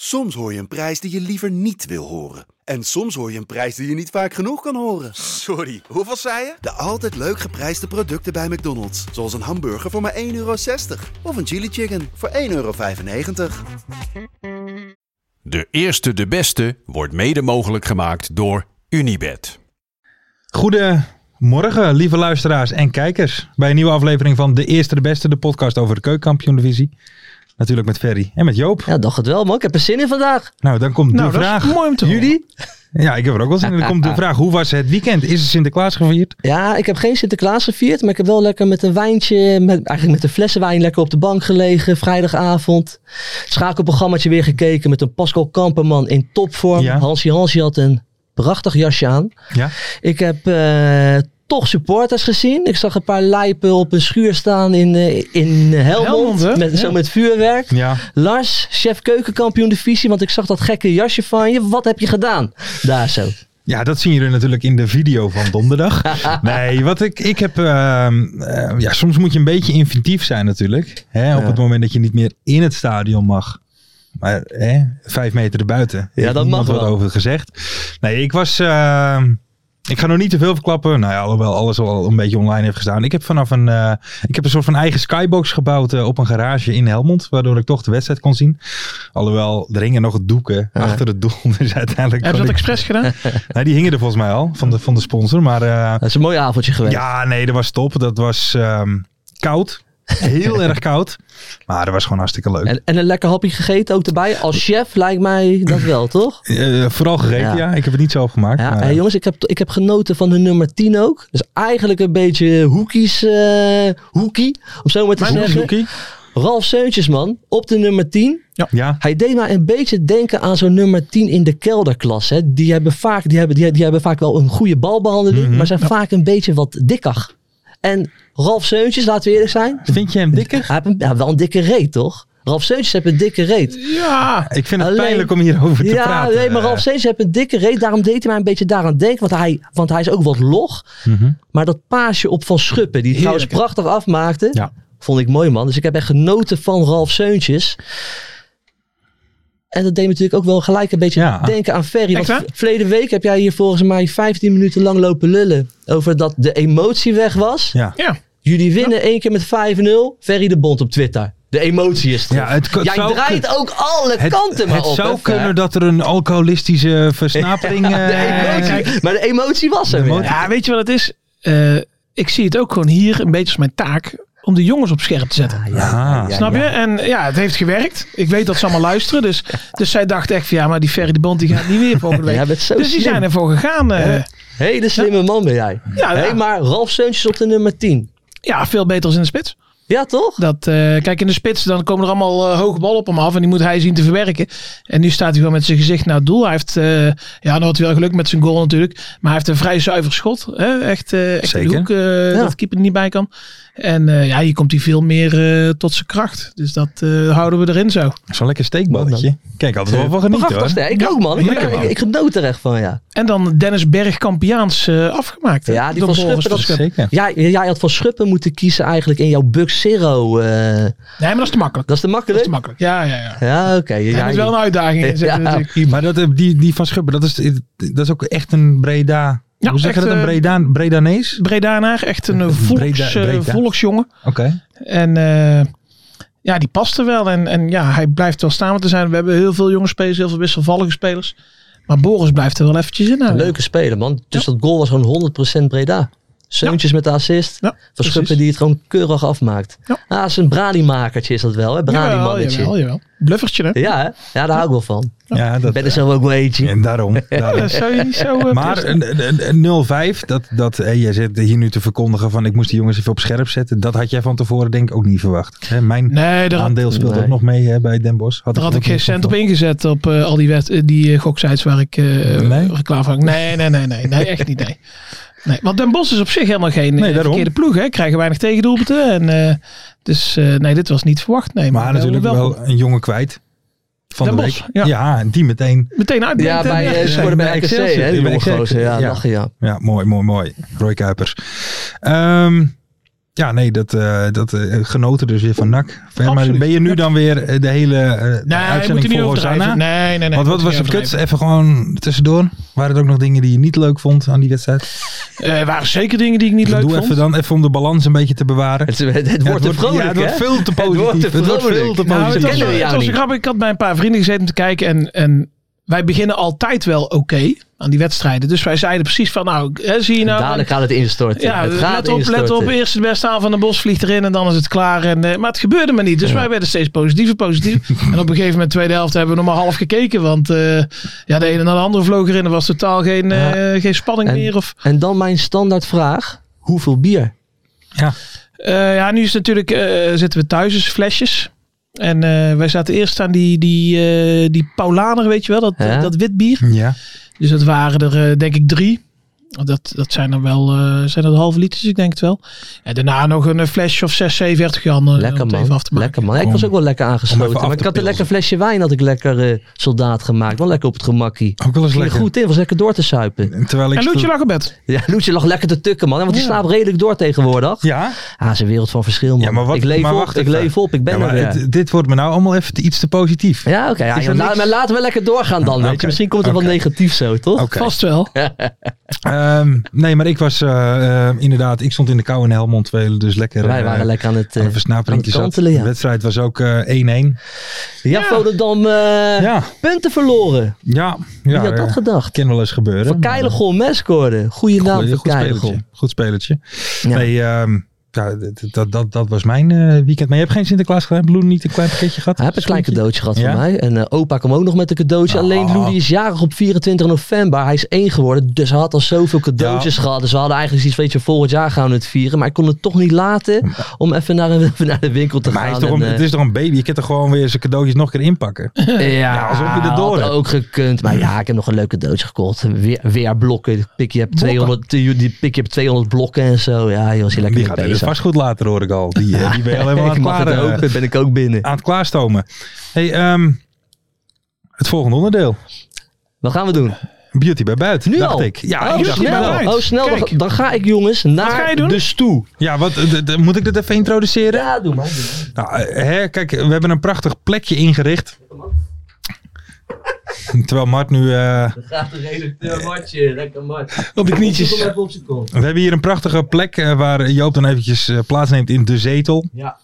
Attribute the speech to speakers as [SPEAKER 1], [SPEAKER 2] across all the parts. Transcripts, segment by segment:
[SPEAKER 1] Soms hoor je een prijs die je liever niet wil horen. En soms hoor je een prijs die je niet vaak genoeg kan horen.
[SPEAKER 2] Sorry, hoeveel zei je?
[SPEAKER 1] De altijd leuk geprijsde producten bij McDonald's. Zoals een hamburger voor maar 1,60 euro. Of een chili chicken voor 1,95 euro.
[SPEAKER 3] De eerste, de beste wordt mede mogelijk gemaakt door Unibed.
[SPEAKER 4] Goedemorgen, lieve luisteraars en kijkers. Bij een nieuwe aflevering van De Eerste de Beste, de podcast over de keukenkampioen-divisie. Natuurlijk met Ferry en met Joop.
[SPEAKER 5] Ja, dacht het wel, man. Ik heb er zin in vandaag.
[SPEAKER 4] Nou, dan komt
[SPEAKER 6] Nou,
[SPEAKER 4] de
[SPEAKER 6] dat is
[SPEAKER 4] vraag.
[SPEAKER 6] mooi om te horen.
[SPEAKER 4] Jullie? Ja, ik heb er ook wel zin in. Dan komt de vraag, hoe was het weekend? Is er Sinterklaas gevierd?
[SPEAKER 5] Ja, ik heb geen Sinterklaas gevierd, maar ik heb wel lekker met een wijntje, met, eigenlijk met een flessen wijn, lekker op de bank gelegen. Vrijdagavond. Schakelprogrammaatje weer gekeken met een Pascal Kamperman in topvorm.
[SPEAKER 4] Ja.
[SPEAKER 5] Hansie Hansie had een prachtig jasje aan.
[SPEAKER 4] Ja.
[SPEAKER 5] Ik heb eh, toch supporters gezien. Ik zag een paar lijpen op een schuur staan in, eh, in Helmond.
[SPEAKER 6] Helmond, hè?
[SPEAKER 5] met, Zo
[SPEAKER 6] Ja.
[SPEAKER 5] met vuurwerk.
[SPEAKER 4] Ja.
[SPEAKER 5] Lars, chef keukenkampioen divisie, want ik zag dat gekke jasje van je. Wat heb je gedaan? Daar zo.
[SPEAKER 4] Ja, dat zien jullie natuurlijk in de video van donderdag. Nee, wat ik, ik heb. ehm, eh, ja, soms moet je een beetje inventief zijn, natuurlijk. Hè, op het moment dat je niet meer in het stadion mag. Maar hè, vijf meter erbuiten. Heeft
[SPEAKER 5] dat
[SPEAKER 4] niemand
[SPEAKER 5] mag
[SPEAKER 4] wat
[SPEAKER 5] wel.
[SPEAKER 4] over gezegd. Nee, ik was. ehm, ik ga nog niet te veel verklappen. Nou ja, alhoewel alles al een beetje online heeft gestaan. Ik heb vanaf een. eh, ik heb een soort van eigen skybox gebouwd eh, op een garage in Helmond. Waardoor ik toch de wedstrijd kon zien. Alhoewel, er hingen nog doeken achter het doel. Dus uiteindelijk.
[SPEAKER 6] Heb
[SPEAKER 4] kon
[SPEAKER 6] je dat
[SPEAKER 4] ik-
[SPEAKER 6] expres gedaan?
[SPEAKER 4] nou, die hingen er volgens mij al van de, van de sponsor. Maar eh,
[SPEAKER 5] Dat is een mooi avondje geweest.
[SPEAKER 4] ja, nee, dat was top. Dat was ehm, koud. Heel erg koud. Maar dat was gewoon hartstikke leuk.
[SPEAKER 5] En, en een lekker hapje gegeten ook erbij. Als chef lijkt mij dat wel, toch?
[SPEAKER 4] Eh, vooral gegeten, ja.
[SPEAKER 5] Ja.
[SPEAKER 4] Ik heb het niet zelf gemaakt.
[SPEAKER 5] Ja,
[SPEAKER 4] maar-
[SPEAKER 5] hey, jongens, ik heb, ik heb genoten van de nummer 10 ook. Dus eigenlijk een beetje hoekies, eh hoekie, om zo maar te
[SPEAKER 6] Mijn
[SPEAKER 5] zeggen.
[SPEAKER 4] Doekie?
[SPEAKER 5] Ralf Seuntjes, man, op de nummer 10.
[SPEAKER 4] Ja.
[SPEAKER 5] Hij deed maar een beetje denken aan zo'n nummer 10 in de kelderklas. Hè. Die, hebben vaak, die, hebben, die, die hebben vaak wel een goede balbehandeling,
[SPEAKER 4] Mhm.
[SPEAKER 5] maar zijn vaak een beetje wat dikkig. En Ralf Seuntjes, laten we eerlijk zijn,
[SPEAKER 4] Vind je hem dikker?
[SPEAKER 5] hij heeft een, ja, wel een dikke reet, toch? Ralf Seuntjes heeft een dikke reet.
[SPEAKER 6] Ja.
[SPEAKER 4] Ik vind het
[SPEAKER 5] Alleen-
[SPEAKER 4] pijnlijk om hierover te
[SPEAKER 5] ja,
[SPEAKER 4] praten. eh.
[SPEAKER 5] nee, maar Ralf Steens heeft een dikke reet. Daarom deed hij mij een beetje daaraan denken. Want hij, want hij is ook wat log.
[SPEAKER 4] Mhm.
[SPEAKER 5] Maar dat paasje op Van Schuppen, die het trouwens prachtig afmaakte,
[SPEAKER 4] Ja.
[SPEAKER 5] vond ik mooi man. Dus ik heb echt genoten van Ralf Seuntjes. En dat deed me natuurlijk ook wel gelijk een beetje
[SPEAKER 4] Ja.
[SPEAKER 5] denken aan Ferry.
[SPEAKER 6] Echt
[SPEAKER 5] Want
[SPEAKER 6] waar?
[SPEAKER 5] v- verleden week heb jij hier volgens mij 15 minuten lang lopen lullen. Over dat de emotie weg was.
[SPEAKER 4] Ja.
[SPEAKER 6] Ja.
[SPEAKER 5] Jullie winnen één keer met 5-0. Ferry de Bond op Twitter. De emotie is terug.
[SPEAKER 4] Ja, het k-
[SPEAKER 5] Jij
[SPEAKER 4] zou
[SPEAKER 5] draait ook alle
[SPEAKER 4] Het,
[SPEAKER 5] kanten maar
[SPEAKER 4] het
[SPEAKER 5] op.
[SPEAKER 4] zou
[SPEAKER 5] hè, Fer?
[SPEAKER 4] kunnen dat er een alcoholistische versnapering... eh,
[SPEAKER 5] De emotie, maar de emotie was er weer.
[SPEAKER 6] ja, weet je wat het is? Eh, ik zie het ook gewoon hier een beetje als mijn taak om de jongens op scherp te zetten.
[SPEAKER 4] Ah.
[SPEAKER 5] Ja,
[SPEAKER 6] Snap je?
[SPEAKER 5] ja.
[SPEAKER 6] En ja, het heeft gewerkt. Ik weet dat ze allemaal luisteren. Dus, dus zij dacht echt van ja, maar die Ferry de Bond die gaat niet weer volgende week.
[SPEAKER 5] Jij bent zo
[SPEAKER 6] dus die
[SPEAKER 5] slim.
[SPEAKER 6] zijn ervoor gegaan. eh.
[SPEAKER 5] Hele slimme man ben jij.
[SPEAKER 6] Ja, nou ja.
[SPEAKER 5] Hey, maar Ralf Seuntjes op de nummer 10.
[SPEAKER 6] ja, veel beter als in de spits.
[SPEAKER 5] Ja, toch?
[SPEAKER 6] Dat, eh, kijk, in de spits dan komen er allemaal eh, hoge ballen op hem af. En die moet hij zien te verwerken. En nu staat hij gewoon met zijn gezicht naar het doel. Hij heeft, eh, ja, nou had hij wel geluk met zijn goal natuurlijk. Maar hij heeft een vrij zuiver schot. Hè? Echt, eh echt in de
[SPEAKER 4] Zeker.
[SPEAKER 6] hoek eh,
[SPEAKER 5] Ja.
[SPEAKER 6] dat de keeper er niet bij kan. En eh, ja, hier komt hij veel meer eh, tot zijn kracht. Dus dat eh, houden we erin zo.
[SPEAKER 4] Zo'n lekker steekballetje. Kijk, altijd wel van genieten hoor.
[SPEAKER 5] Prachtig, hè? Ik ook, man. Ik,
[SPEAKER 4] lekker,
[SPEAKER 5] ik,
[SPEAKER 4] man.
[SPEAKER 5] ik genoot er echt van, ja.
[SPEAKER 6] En dan Dennis Berg kampioens eh, afgemaakt. hè,
[SPEAKER 5] Ja, die
[SPEAKER 6] door
[SPEAKER 5] van
[SPEAKER 6] Boris
[SPEAKER 5] Schuppen, dat-
[SPEAKER 6] Schuppen.
[SPEAKER 4] Zeker.
[SPEAKER 5] Ja, Jij, jij had van Schuppen moeten kiezen eigenlijk in jouw Bug Zero. eh,
[SPEAKER 6] Nee, maar dat is te makkelijk.
[SPEAKER 5] dat is te
[SPEAKER 6] Dat is
[SPEAKER 5] makkelijk.
[SPEAKER 6] te makkelijk. Ja, ja, ja.
[SPEAKER 5] ja, oké.
[SPEAKER 6] Hij
[SPEAKER 5] Ja,
[SPEAKER 6] moet wel een uitdaging in zitten
[SPEAKER 5] Ja.
[SPEAKER 6] natuurlijk.
[SPEAKER 4] Maar dat, eh, die, die van Schubben, dat is, dat is ook echt een Breda.
[SPEAKER 6] Ja,
[SPEAKER 4] hoe zeg je
[SPEAKER 6] echt,
[SPEAKER 4] dat? Een
[SPEAKER 6] eh,
[SPEAKER 4] Breda, Bredanees?
[SPEAKER 6] Bredanaar, echt een eh, volks,
[SPEAKER 4] Breda-
[SPEAKER 6] eh,
[SPEAKER 4] Breda.
[SPEAKER 6] volksjongen.
[SPEAKER 4] Oké.
[SPEAKER 6] En eh, ja, die past er wel. En, en ja, hij blijft wel staan te zijn. We hebben heel veel jonge spelers, heel veel wisselvallige spelers. Maar Boris blijft er wel eventjes in. nou, houden.
[SPEAKER 5] Leuke speler, man. Dus dat goal was gewoon 100% Breda. Seuntjes met de assist.
[SPEAKER 6] Ja,
[SPEAKER 5] van
[SPEAKER 6] precies.
[SPEAKER 5] Schuppen die het gewoon keurig afmaakt.
[SPEAKER 6] Ja.
[SPEAKER 5] Ah, is een braliemakertje is dat wel, hè?
[SPEAKER 6] Jawel,
[SPEAKER 5] Bralimannetje.
[SPEAKER 6] jawel, jawel. Bluffertje, hè?
[SPEAKER 5] Ja, hè? Ja, daar hou ik wel van.
[SPEAKER 4] Ja,
[SPEAKER 5] Ik
[SPEAKER 4] dat,
[SPEAKER 5] ben er zelf ook wel eentje.
[SPEAKER 4] en daarom. daarom.
[SPEAKER 6] Dat zou je niet zo... eh,
[SPEAKER 4] Maar
[SPEAKER 6] presteren.
[SPEAKER 4] een- een- een 0-5, dat, dat eh, jij zit hier nu te verkondigen van ik moest die jongens even op scherp zetten. Dat had jij van tevoren denk ik ook niet verwacht. Hè, mijn
[SPEAKER 6] nee, daar, had-
[SPEAKER 4] aandeel speelt
[SPEAKER 5] nee.
[SPEAKER 4] ook nog mee hè, bij Den Bosch.
[SPEAKER 6] daar had ik
[SPEAKER 4] ook
[SPEAKER 6] geen
[SPEAKER 4] niet
[SPEAKER 6] cent op
[SPEAKER 4] verwacht.
[SPEAKER 6] ingezet op eh, al die, wet, eh, die eh, goksites waar ik eh
[SPEAKER 4] Nee?
[SPEAKER 6] reclame van Nee, nee, nee, nee, nee, echt niet, nee. nee. Want Den Bosch is op zich helemaal geen eh,
[SPEAKER 4] Nee, daarom.
[SPEAKER 6] verkeerde ploeg, hè. Krijgen weinig tegendoelpunten. En, eh, dus eh, nee, dit was niet verwacht, nee.
[SPEAKER 4] Maar
[SPEAKER 6] we
[SPEAKER 4] natuurlijk
[SPEAKER 6] hebben
[SPEAKER 4] wel een jongen kwijt. Van
[SPEAKER 6] Den
[SPEAKER 4] de
[SPEAKER 6] Bosch,
[SPEAKER 4] week.
[SPEAKER 6] ja.
[SPEAKER 4] en die meteen.
[SPEAKER 6] Meteen uit.
[SPEAKER 5] Ja, bij, eh, scoorde bij
[SPEAKER 4] bij
[SPEAKER 5] RKC,
[SPEAKER 4] Excelsior.
[SPEAKER 5] hè? Die
[SPEAKER 4] Bij
[SPEAKER 5] jonge
[SPEAKER 4] Excelsior,
[SPEAKER 5] gozer. Ja,
[SPEAKER 4] ja.
[SPEAKER 5] lachen, ja.
[SPEAKER 4] Ja, mooi, mooi, mooi. Roy Kuipers. Ehm, Ja, nee, dat, eh, dat eh, genoten dus weer van NAC. Maar
[SPEAKER 6] Absoluut.
[SPEAKER 4] ben je nu dan weer eh, de hele eh,
[SPEAKER 6] Nee, je moet
[SPEAKER 4] uitzending
[SPEAKER 6] er niet
[SPEAKER 4] voor
[SPEAKER 6] overdrijven.
[SPEAKER 4] Hosanna?
[SPEAKER 6] Nee, nee, nee.
[SPEAKER 4] Want wat
[SPEAKER 6] moet
[SPEAKER 4] was
[SPEAKER 6] je
[SPEAKER 4] het
[SPEAKER 6] niet
[SPEAKER 4] kut? Even gewoon tussendoor. Waren er ook nog dingen die je niet leuk vond aan die wedstrijd?
[SPEAKER 6] overdrijven. Er Eh, waren zeker dingen die ik niet leuk
[SPEAKER 4] Doe
[SPEAKER 6] vond.
[SPEAKER 4] even dan, even om de balans een beetje te bewaren.
[SPEAKER 5] Het, het, het
[SPEAKER 4] Ja,
[SPEAKER 5] wordt te vrolijk,
[SPEAKER 4] ja, het
[SPEAKER 5] hè?
[SPEAKER 4] wordt veel te
[SPEAKER 5] Het wordt
[SPEAKER 4] positief.
[SPEAKER 5] te vrolijk.
[SPEAKER 4] veel te
[SPEAKER 5] Nou,
[SPEAKER 6] Nou,
[SPEAKER 4] positief.
[SPEAKER 6] het was,
[SPEAKER 5] kennen we jou
[SPEAKER 6] het was
[SPEAKER 5] niet.
[SPEAKER 6] grappig. Ik had bij een paar vrienden gezeten om te kijken. En, en wij beginnen altijd wel oké aan die wedstrijden. Dus wij zeiden precies van, nou, hè, zie je
[SPEAKER 5] En
[SPEAKER 6] nou...
[SPEAKER 5] dadelijk gaat het instorten.
[SPEAKER 6] ja,
[SPEAKER 5] het gaat
[SPEAKER 6] let op, let op.
[SPEAKER 5] instorten.
[SPEAKER 6] Eerst het beste aan van de bos vliegt erin en dan is het klaar. En, eh, maar het gebeurde maar niet. Dus wij werden steeds positiever, positiever. en op een gegeven moment, tweede helft, hebben we nog maar half gekeken. Want eh, ja, de ene en de andere vloog erin. Er was totaal geen, eh, geen spanning
[SPEAKER 5] En-
[SPEAKER 6] meer. Of,
[SPEAKER 5] En dan mijn standaardvraag. Hoeveel bier?
[SPEAKER 4] Oh,
[SPEAKER 6] Eh, ja, nu is het natuurlijk, eh, zitten we thuis, dus flesjes. En eh, wij zaten eerst aan die, die, eh, die Paulaner, weet je wel, dat,
[SPEAKER 5] Ja.
[SPEAKER 6] dat wit bier.
[SPEAKER 4] Ja.
[SPEAKER 6] Dus dat waren er, eh, denk ik, drie. Dat, dat zijn er wel, eh, zijn er halve liters, ik denk het wel. En daarna nog een eh, flesje of 6, 37 Jan. eh,
[SPEAKER 5] Lekker
[SPEAKER 6] om het
[SPEAKER 5] man.
[SPEAKER 6] even af te maken.
[SPEAKER 5] Lekker man. Ik
[SPEAKER 4] Om-
[SPEAKER 5] was ook wel lekker
[SPEAKER 4] om even
[SPEAKER 5] aangesloten.
[SPEAKER 4] af
[SPEAKER 5] Maar ik
[SPEAKER 4] te
[SPEAKER 5] had
[SPEAKER 4] pilsen.
[SPEAKER 5] een lekker flesje wijn had ik lekker eh, soldaat gemaakt. Wel lekker op het gemakkie.
[SPEAKER 4] Ook wel eens
[SPEAKER 5] Ging er
[SPEAKER 4] lekker.
[SPEAKER 5] goed in. Was lekker door te suipen.
[SPEAKER 4] Terwijl ik
[SPEAKER 6] En Loetje
[SPEAKER 4] sto-
[SPEAKER 6] lag in bed.
[SPEAKER 5] Ja, Loetje lag lekker te tukken man. Want die
[SPEAKER 6] Ja.
[SPEAKER 5] slaapt redelijk door tegenwoordig.
[SPEAKER 4] Ja?
[SPEAKER 5] Ah, is een wereld van verschil man.
[SPEAKER 4] Ja, maar wat-
[SPEAKER 5] ik leef
[SPEAKER 4] maar
[SPEAKER 5] op.
[SPEAKER 4] wacht
[SPEAKER 5] Ik
[SPEAKER 4] even.
[SPEAKER 5] leef op. Ik ben
[SPEAKER 4] Ja,
[SPEAKER 5] er
[SPEAKER 4] maar
[SPEAKER 5] weer.
[SPEAKER 4] het- dit wordt me nou allemaal even te- iets te positief.
[SPEAKER 5] Ja, oké. ja,
[SPEAKER 4] Is er
[SPEAKER 5] joh, la-
[SPEAKER 4] niks?
[SPEAKER 5] maar laten we lekker doorgaan dan.
[SPEAKER 4] Ah,
[SPEAKER 5] weet je.
[SPEAKER 4] oké.
[SPEAKER 5] Misschien komt het
[SPEAKER 4] Oké.
[SPEAKER 5] wel negatief zo, toch?
[SPEAKER 4] Oké.
[SPEAKER 6] Vast wel.
[SPEAKER 4] Ehm, nee, maar ik was eh, eh, inderdaad, ik stond in de kou in Helmond, terwijl dus lekker.
[SPEAKER 5] Wij
[SPEAKER 4] eh,
[SPEAKER 5] waren lekker aan het...
[SPEAKER 4] aan
[SPEAKER 5] eh,
[SPEAKER 4] een versnaperingje
[SPEAKER 5] aan
[SPEAKER 4] zat.
[SPEAKER 5] het kantelen, ja.
[SPEAKER 4] De wedstrijd was ook eh, 1-1.
[SPEAKER 5] ja, Volendam eh,
[SPEAKER 4] Ja,
[SPEAKER 5] punten verloren.
[SPEAKER 4] ja,
[SPEAKER 5] Wie
[SPEAKER 4] ja.
[SPEAKER 5] had dat
[SPEAKER 4] eh,
[SPEAKER 5] gedacht?
[SPEAKER 4] kan wel eens gebeuren.
[SPEAKER 5] Van
[SPEAKER 4] maar-
[SPEAKER 5] Keijlegol mes scoorde. Goeie
[SPEAKER 4] Goeie-
[SPEAKER 5] naam voor
[SPEAKER 4] goed
[SPEAKER 5] Keijlegol.
[SPEAKER 4] spelletje. Goed spelletje.
[SPEAKER 5] Ja.
[SPEAKER 4] Nee, ehm, ja, dat, dat, dat, dat was mijn eh, weekend. Maar je hebt geen Sinterklaas gedaan? Bloem niet een klein pakketje gehad?
[SPEAKER 5] Hij heeft een klein
[SPEAKER 4] Schoentje?
[SPEAKER 5] cadeautje gehad
[SPEAKER 4] Ja?
[SPEAKER 5] van mij. En eh, opa kwam ook nog met een cadeautje.
[SPEAKER 4] Ah.
[SPEAKER 5] Alleen Lou die is jarig op 24 november. Hij is één geworden. Dus hij had al zoveel cadeautjes gehad. Dus we hadden eigenlijk iets, weet je, volgend jaar gaan we het vieren. Maar ik kon het toch niet laten om even naar, een, naar de winkel te
[SPEAKER 4] Maar hij
[SPEAKER 5] gaan.
[SPEAKER 4] is toch
[SPEAKER 5] en,
[SPEAKER 4] een,
[SPEAKER 5] eh,
[SPEAKER 4] het is toch een baby? Je kunt er gewoon weer zijn cadeautjes nog een keer inpakken.
[SPEAKER 5] Ja,
[SPEAKER 4] alsof je er door
[SPEAKER 5] had
[SPEAKER 4] hebt.
[SPEAKER 5] ook gekund. Maar ja, ik heb nog een leuke cadeautje gekocht. Weer, weer blokken. Pik je hebt
[SPEAKER 4] Blokken?
[SPEAKER 5] 200, die die pik je hebt 200 blokken en zo. Ja, joh, was hier lekker
[SPEAKER 4] Die
[SPEAKER 5] mee
[SPEAKER 4] gaat dus het
[SPEAKER 5] bezig.
[SPEAKER 4] vastgoed later, hoor ik al. Die, eh, die ben je alleen maar aan
[SPEAKER 5] ik
[SPEAKER 4] het
[SPEAKER 5] mag het
[SPEAKER 4] klaren,
[SPEAKER 5] ook.
[SPEAKER 4] eh,
[SPEAKER 5] Dan ben ik ook binnen.
[SPEAKER 4] aan het klaarstomen. Hey, ehm, het volgende onderdeel.
[SPEAKER 5] Wat gaan we doen?
[SPEAKER 4] Beauty bij buiten.
[SPEAKER 5] Nu
[SPEAKER 4] dacht
[SPEAKER 5] al?
[SPEAKER 4] ik. Ja,
[SPEAKER 5] oh,
[SPEAKER 4] ik dacht nou,
[SPEAKER 5] snel.
[SPEAKER 4] het wel.
[SPEAKER 6] Right.
[SPEAKER 5] Oh, snel. Dan,
[SPEAKER 6] Kijk.
[SPEAKER 5] dan ga ik, jongens, naar
[SPEAKER 6] ga je doen?
[SPEAKER 5] de stoel.
[SPEAKER 4] Ja, wat, d- d- moet ik dit even introduceren?
[SPEAKER 5] Ja, doe maar. doe maar.
[SPEAKER 4] Nou, eh, hè, kijk, we hebben een prachtig plekje ingericht. Terwijl Mart nu... eh,
[SPEAKER 5] Dan gaat de redacteur Martje. Lekker Mart.
[SPEAKER 6] Op de
[SPEAKER 5] Kom
[SPEAKER 6] knietjes.
[SPEAKER 5] even op zijn kont.
[SPEAKER 4] we hebben hier een prachtige plek eh, waar Joop dan eventjes eh, plaatsneemt in de zetel.
[SPEAKER 5] Ja.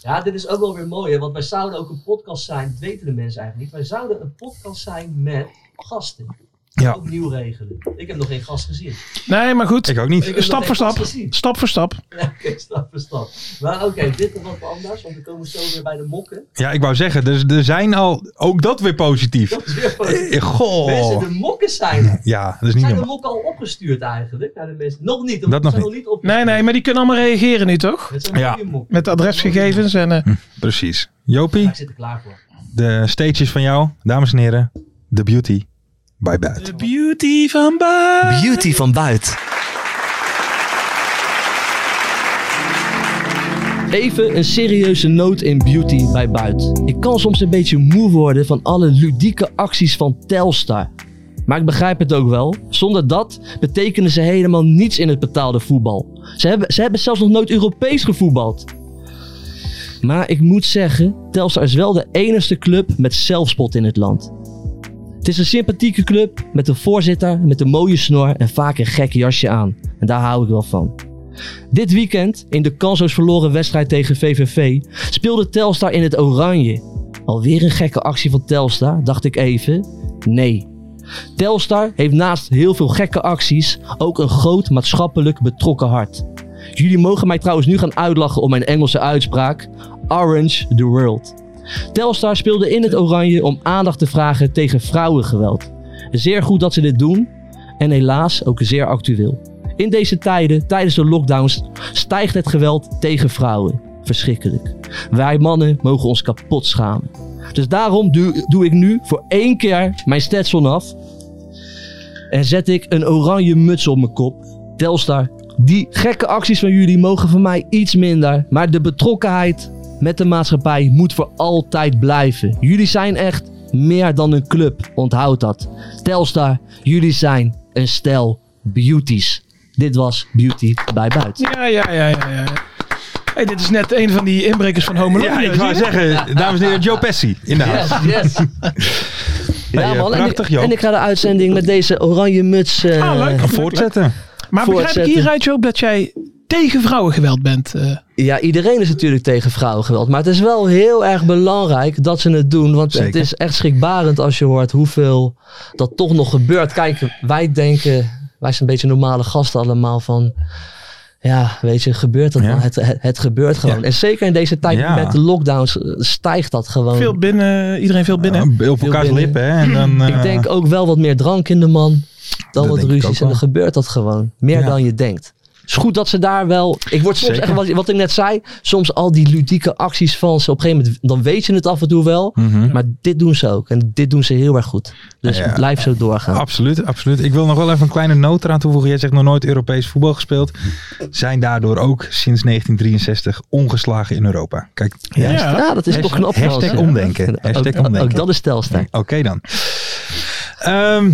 [SPEAKER 5] Ja, dit is ook wel weer mooi, hè, want wij zouden ook een podcast zijn, dat weten de mensen eigenlijk niet, wij zouden een podcast zijn met gasten.
[SPEAKER 4] Ja,
[SPEAKER 5] Opnieuw regelen. Ik heb nog geen gast gezien.
[SPEAKER 6] Nee, maar goed.
[SPEAKER 4] ik ook niet.
[SPEAKER 5] heb
[SPEAKER 6] Stap
[SPEAKER 5] nog
[SPEAKER 6] voor
[SPEAKER 5] geen
[SPEAKER 6] stap.
[SPEAKER 5] gast gezien.
[SPEAKER 6] Stap voor stap.
[SPEAKER 5] Ja, Oké, stap voor stap. Maar oké, dit is wat anders, want we komen zo weer bij de mokken.
[SPEAKER 4] Ja, ik wou zeggen, dus er zijn al... Ook dat weer positief.
[SPEAKER 5] Dat is weer positief.
[SPEAKER 4] Eh,
[SPEAKER 5] Mensen,
[SPEAKER 4] Goh.
[SPEAKER 5] de mokken zijn er.
[SPEAKER 4] Ja, dat is niet
[SPEAKER 5] Zijn de
[SPEAKER 4] normaal.
[SPEAKER 5] mokken al opgestuurd eigenlijk naar de mensen? Nog niet,
[SPEAKER 4] Dat
[SPEAKER 5] want ze
[SPEAKER 4] nog
[SPEAKER 5] zijn nog niet
[SPEAKER 6] Nee,
[SPEAKER 5] opgestuurd.
[SPEAKER 6] nee, maar die kunnen allemaal reageren nu toch?
[SPEAKER 5] Het zijn
[SPEAKER 4] Ja.
[SPEAKER 5] mooie mokken.
[SPEAKER 6] Met adresgegevens en... eh,
[SPEAKER 4] Precies.
[SPEAKER 5] Maar
[SPEAKER 4] Jopie,
[SPEAKER 5] ik zit er klaar voor.
[SPEAKER 4] de stage is van jou. Dames en heren, de beauty bij buiten.
[SPEAKER 6] De beauty van buiten.
[SPEAKER 5] Beauty van buiten. Even een serieuze noot in beauty bij buiten. Ik kan soms een beetje moe worden van alle ludieke acties van Telstar. Maar ik begrijp het ook wel. Zonder dat betekenen ze helemaal niets in het betaalde voetbal. Ze hebben, ze hebben zelfs nog nooit Europees gevoetbald. Maar ik moet zeggen, Telstar is wel de enige club met zelfspot in het land. Het is een sympathieke club met een voorzitter met een mooie snor en vaak een gek jasje aan. En daar hou ik wel van. Dit weekend, in de kansloos verloren wedstrijd tegen VVV, speelde Telstar in het oranje. Alweer een gekke actie van Telstar, dacht ik even. Nee. Telstar heeft naast heel veel gekke acties ook een groot maatschappelijk betrokken hart. Jullie mogen mij trouwens nu gaan uitlachen om mijn Engelse uitspraak: Orange the World. Telstar speelde in het oranje om aandacht te vragen tegen vrouwengeweld. Zeer goed dat ze dit doen en helaas ook zeer actueel. In deze tijden, tijdens de lockdowns, stijgt het geweld tegen vrouwen. Verschrikkelijk. Wij mannen mogen ons kapot schamen. Dus daarom doe, doe ik nu voor één keer mijn stetson af. En zet ik een oranje muts op mijn kop. Telstar, die gekke acties van jullie mogen van mij iets minder. Maar de betrokkenheid met de maatschappij moet voor altijd blijven. Jullie zijn echt meer dan een club, onthoud dat. Telstar, jullie zijn een stel beauties. Dit was Beauty bij Buiten.
[SPEAKER 6] Ja, ja, ja, ja, ja. Hey, dit is net een van die inbrekers van Home
[SPEAKER 4] Ja,
[SPEAKER 6] Alone.
[SPEAKER 4] ik
[SPEAKER 6] zie
[SPEAKER 4] wou
[SPEAKER 6] je?
[SPEAKER 4] zeggen, dames en heren, Joe Pesci in de huis.
[SPEAKER 5] Yes, yes.
[SPEAKER 4] Hey,
[SPEAKER 5] Ja,
[SPEAKER 4] eh,
[SPEAKER 5] man. En ik,
[SPEAKER 4] Prachtig, Joop.
[SPEAKER 5] en ik ga de uitzending met deze oranje muts eh,
[SPEAKER 6] Ah, leuk.
[SPEAKER 4] Gaan voortzetten.
[SPEAKER 6] Maar begrijp ik
[SPEAKER 5] voortzetten.
[SPEAKER 6] hieruit, Joop, dat jij tegen vrouwengeweld bent? eh?
[SPEAKER 5] Ja, iedereen is natuurlijk tegen vrouwengeweld. Maar het is wel heel erg belangrijk dat ze het doen. Want het
[SPEAKER 4] Zeker.
[SPEAKER 5] is echt schrikbarend als je hoort hoeveel dat toch nog gebeurt. Kijk, wij denken, wij zijn een beetje normale gasten allemaal van... Ja, weet je, gebeurt dat
[SPEAKER 4] Ja.
[SPEAKER 5] nou? Het, het, het gebeurt gewoon.
[SPEAKER 4] Ja.
[SPEAKER 5] En zeker in deze tijd
[SPEAKER 4] Ja.
[SPEAKER 5] met de lockdowns eh, stijgt dat gewoon.
[SPEAKER 6] veel binnen, iedereen veel binnen.
[SPEAKER 4] Ja, op elkaars
[SPEAKER 5] binnen.
[SPEAKER 4] lippen, hè. En dan, eh,
[SPEAKER 5] Ik denk ook wel wat meer drank in de man. Dan
[SPEAKER 4] Dat
[SPEAKER 5] wat
[SPEAKER 4] denk ik
[SPEAKER 5] ruzies.
[SPEAKER 4] ook
[SPEAKER 5] En dan
[SPEAKER 4] wel.
[SPEAKER 5] gebeurt dat gewoon. Meer
[SPEAKER 4] Ja.
[SPEAKER 5] dan je denkt. Het is goed dat ze daar wel. Ik word soms
[SPEAKER 4] Zeker.
[SPEAKER 5] echt, wat, wat ik net zei, soms al die ludieke acties van ze. Op een gegeven moment, dan weet je het af en toe wel.
[SPEAKER 4] mhm.
[SPEAKER 5] Maar dit doen ze ook. En dit doen ze heel erg goed. Dus
[SPEAKER 4] Ja. Ah,
[SPEAKER 5] blijf zo doorgaan.
[SPEAKER 4] Absoluut, absoluut. Ik wil nog wel even een kleine noot eraan toevoegen. Jij zegt nog nooit Europees voetbal gespeeld. Zijn daardoor ook sinds 1963 ongeslagen in Europa. Kijk,
[SPEAKER 5] Ja,
[SPEAKER 6] Ja.
[SPEAKER 5] dat is toch
[SPEAKER 4] Hashtag-
[SPEAKER 5] knap. Frans,
[SPEAKER 4] hashtag
[SPEAKER 5] ja.
[SPEAKER 4] omdenken.
[SPEAKER 5] Ook-
[SPEAKER 4] Hashtag
[SPEAKER 5] ook,
[SPEAKER 4] omdenken.
[SPEAKER 5] dat is Telstar.
[SPEAKER 4] Oké dan. Ehm,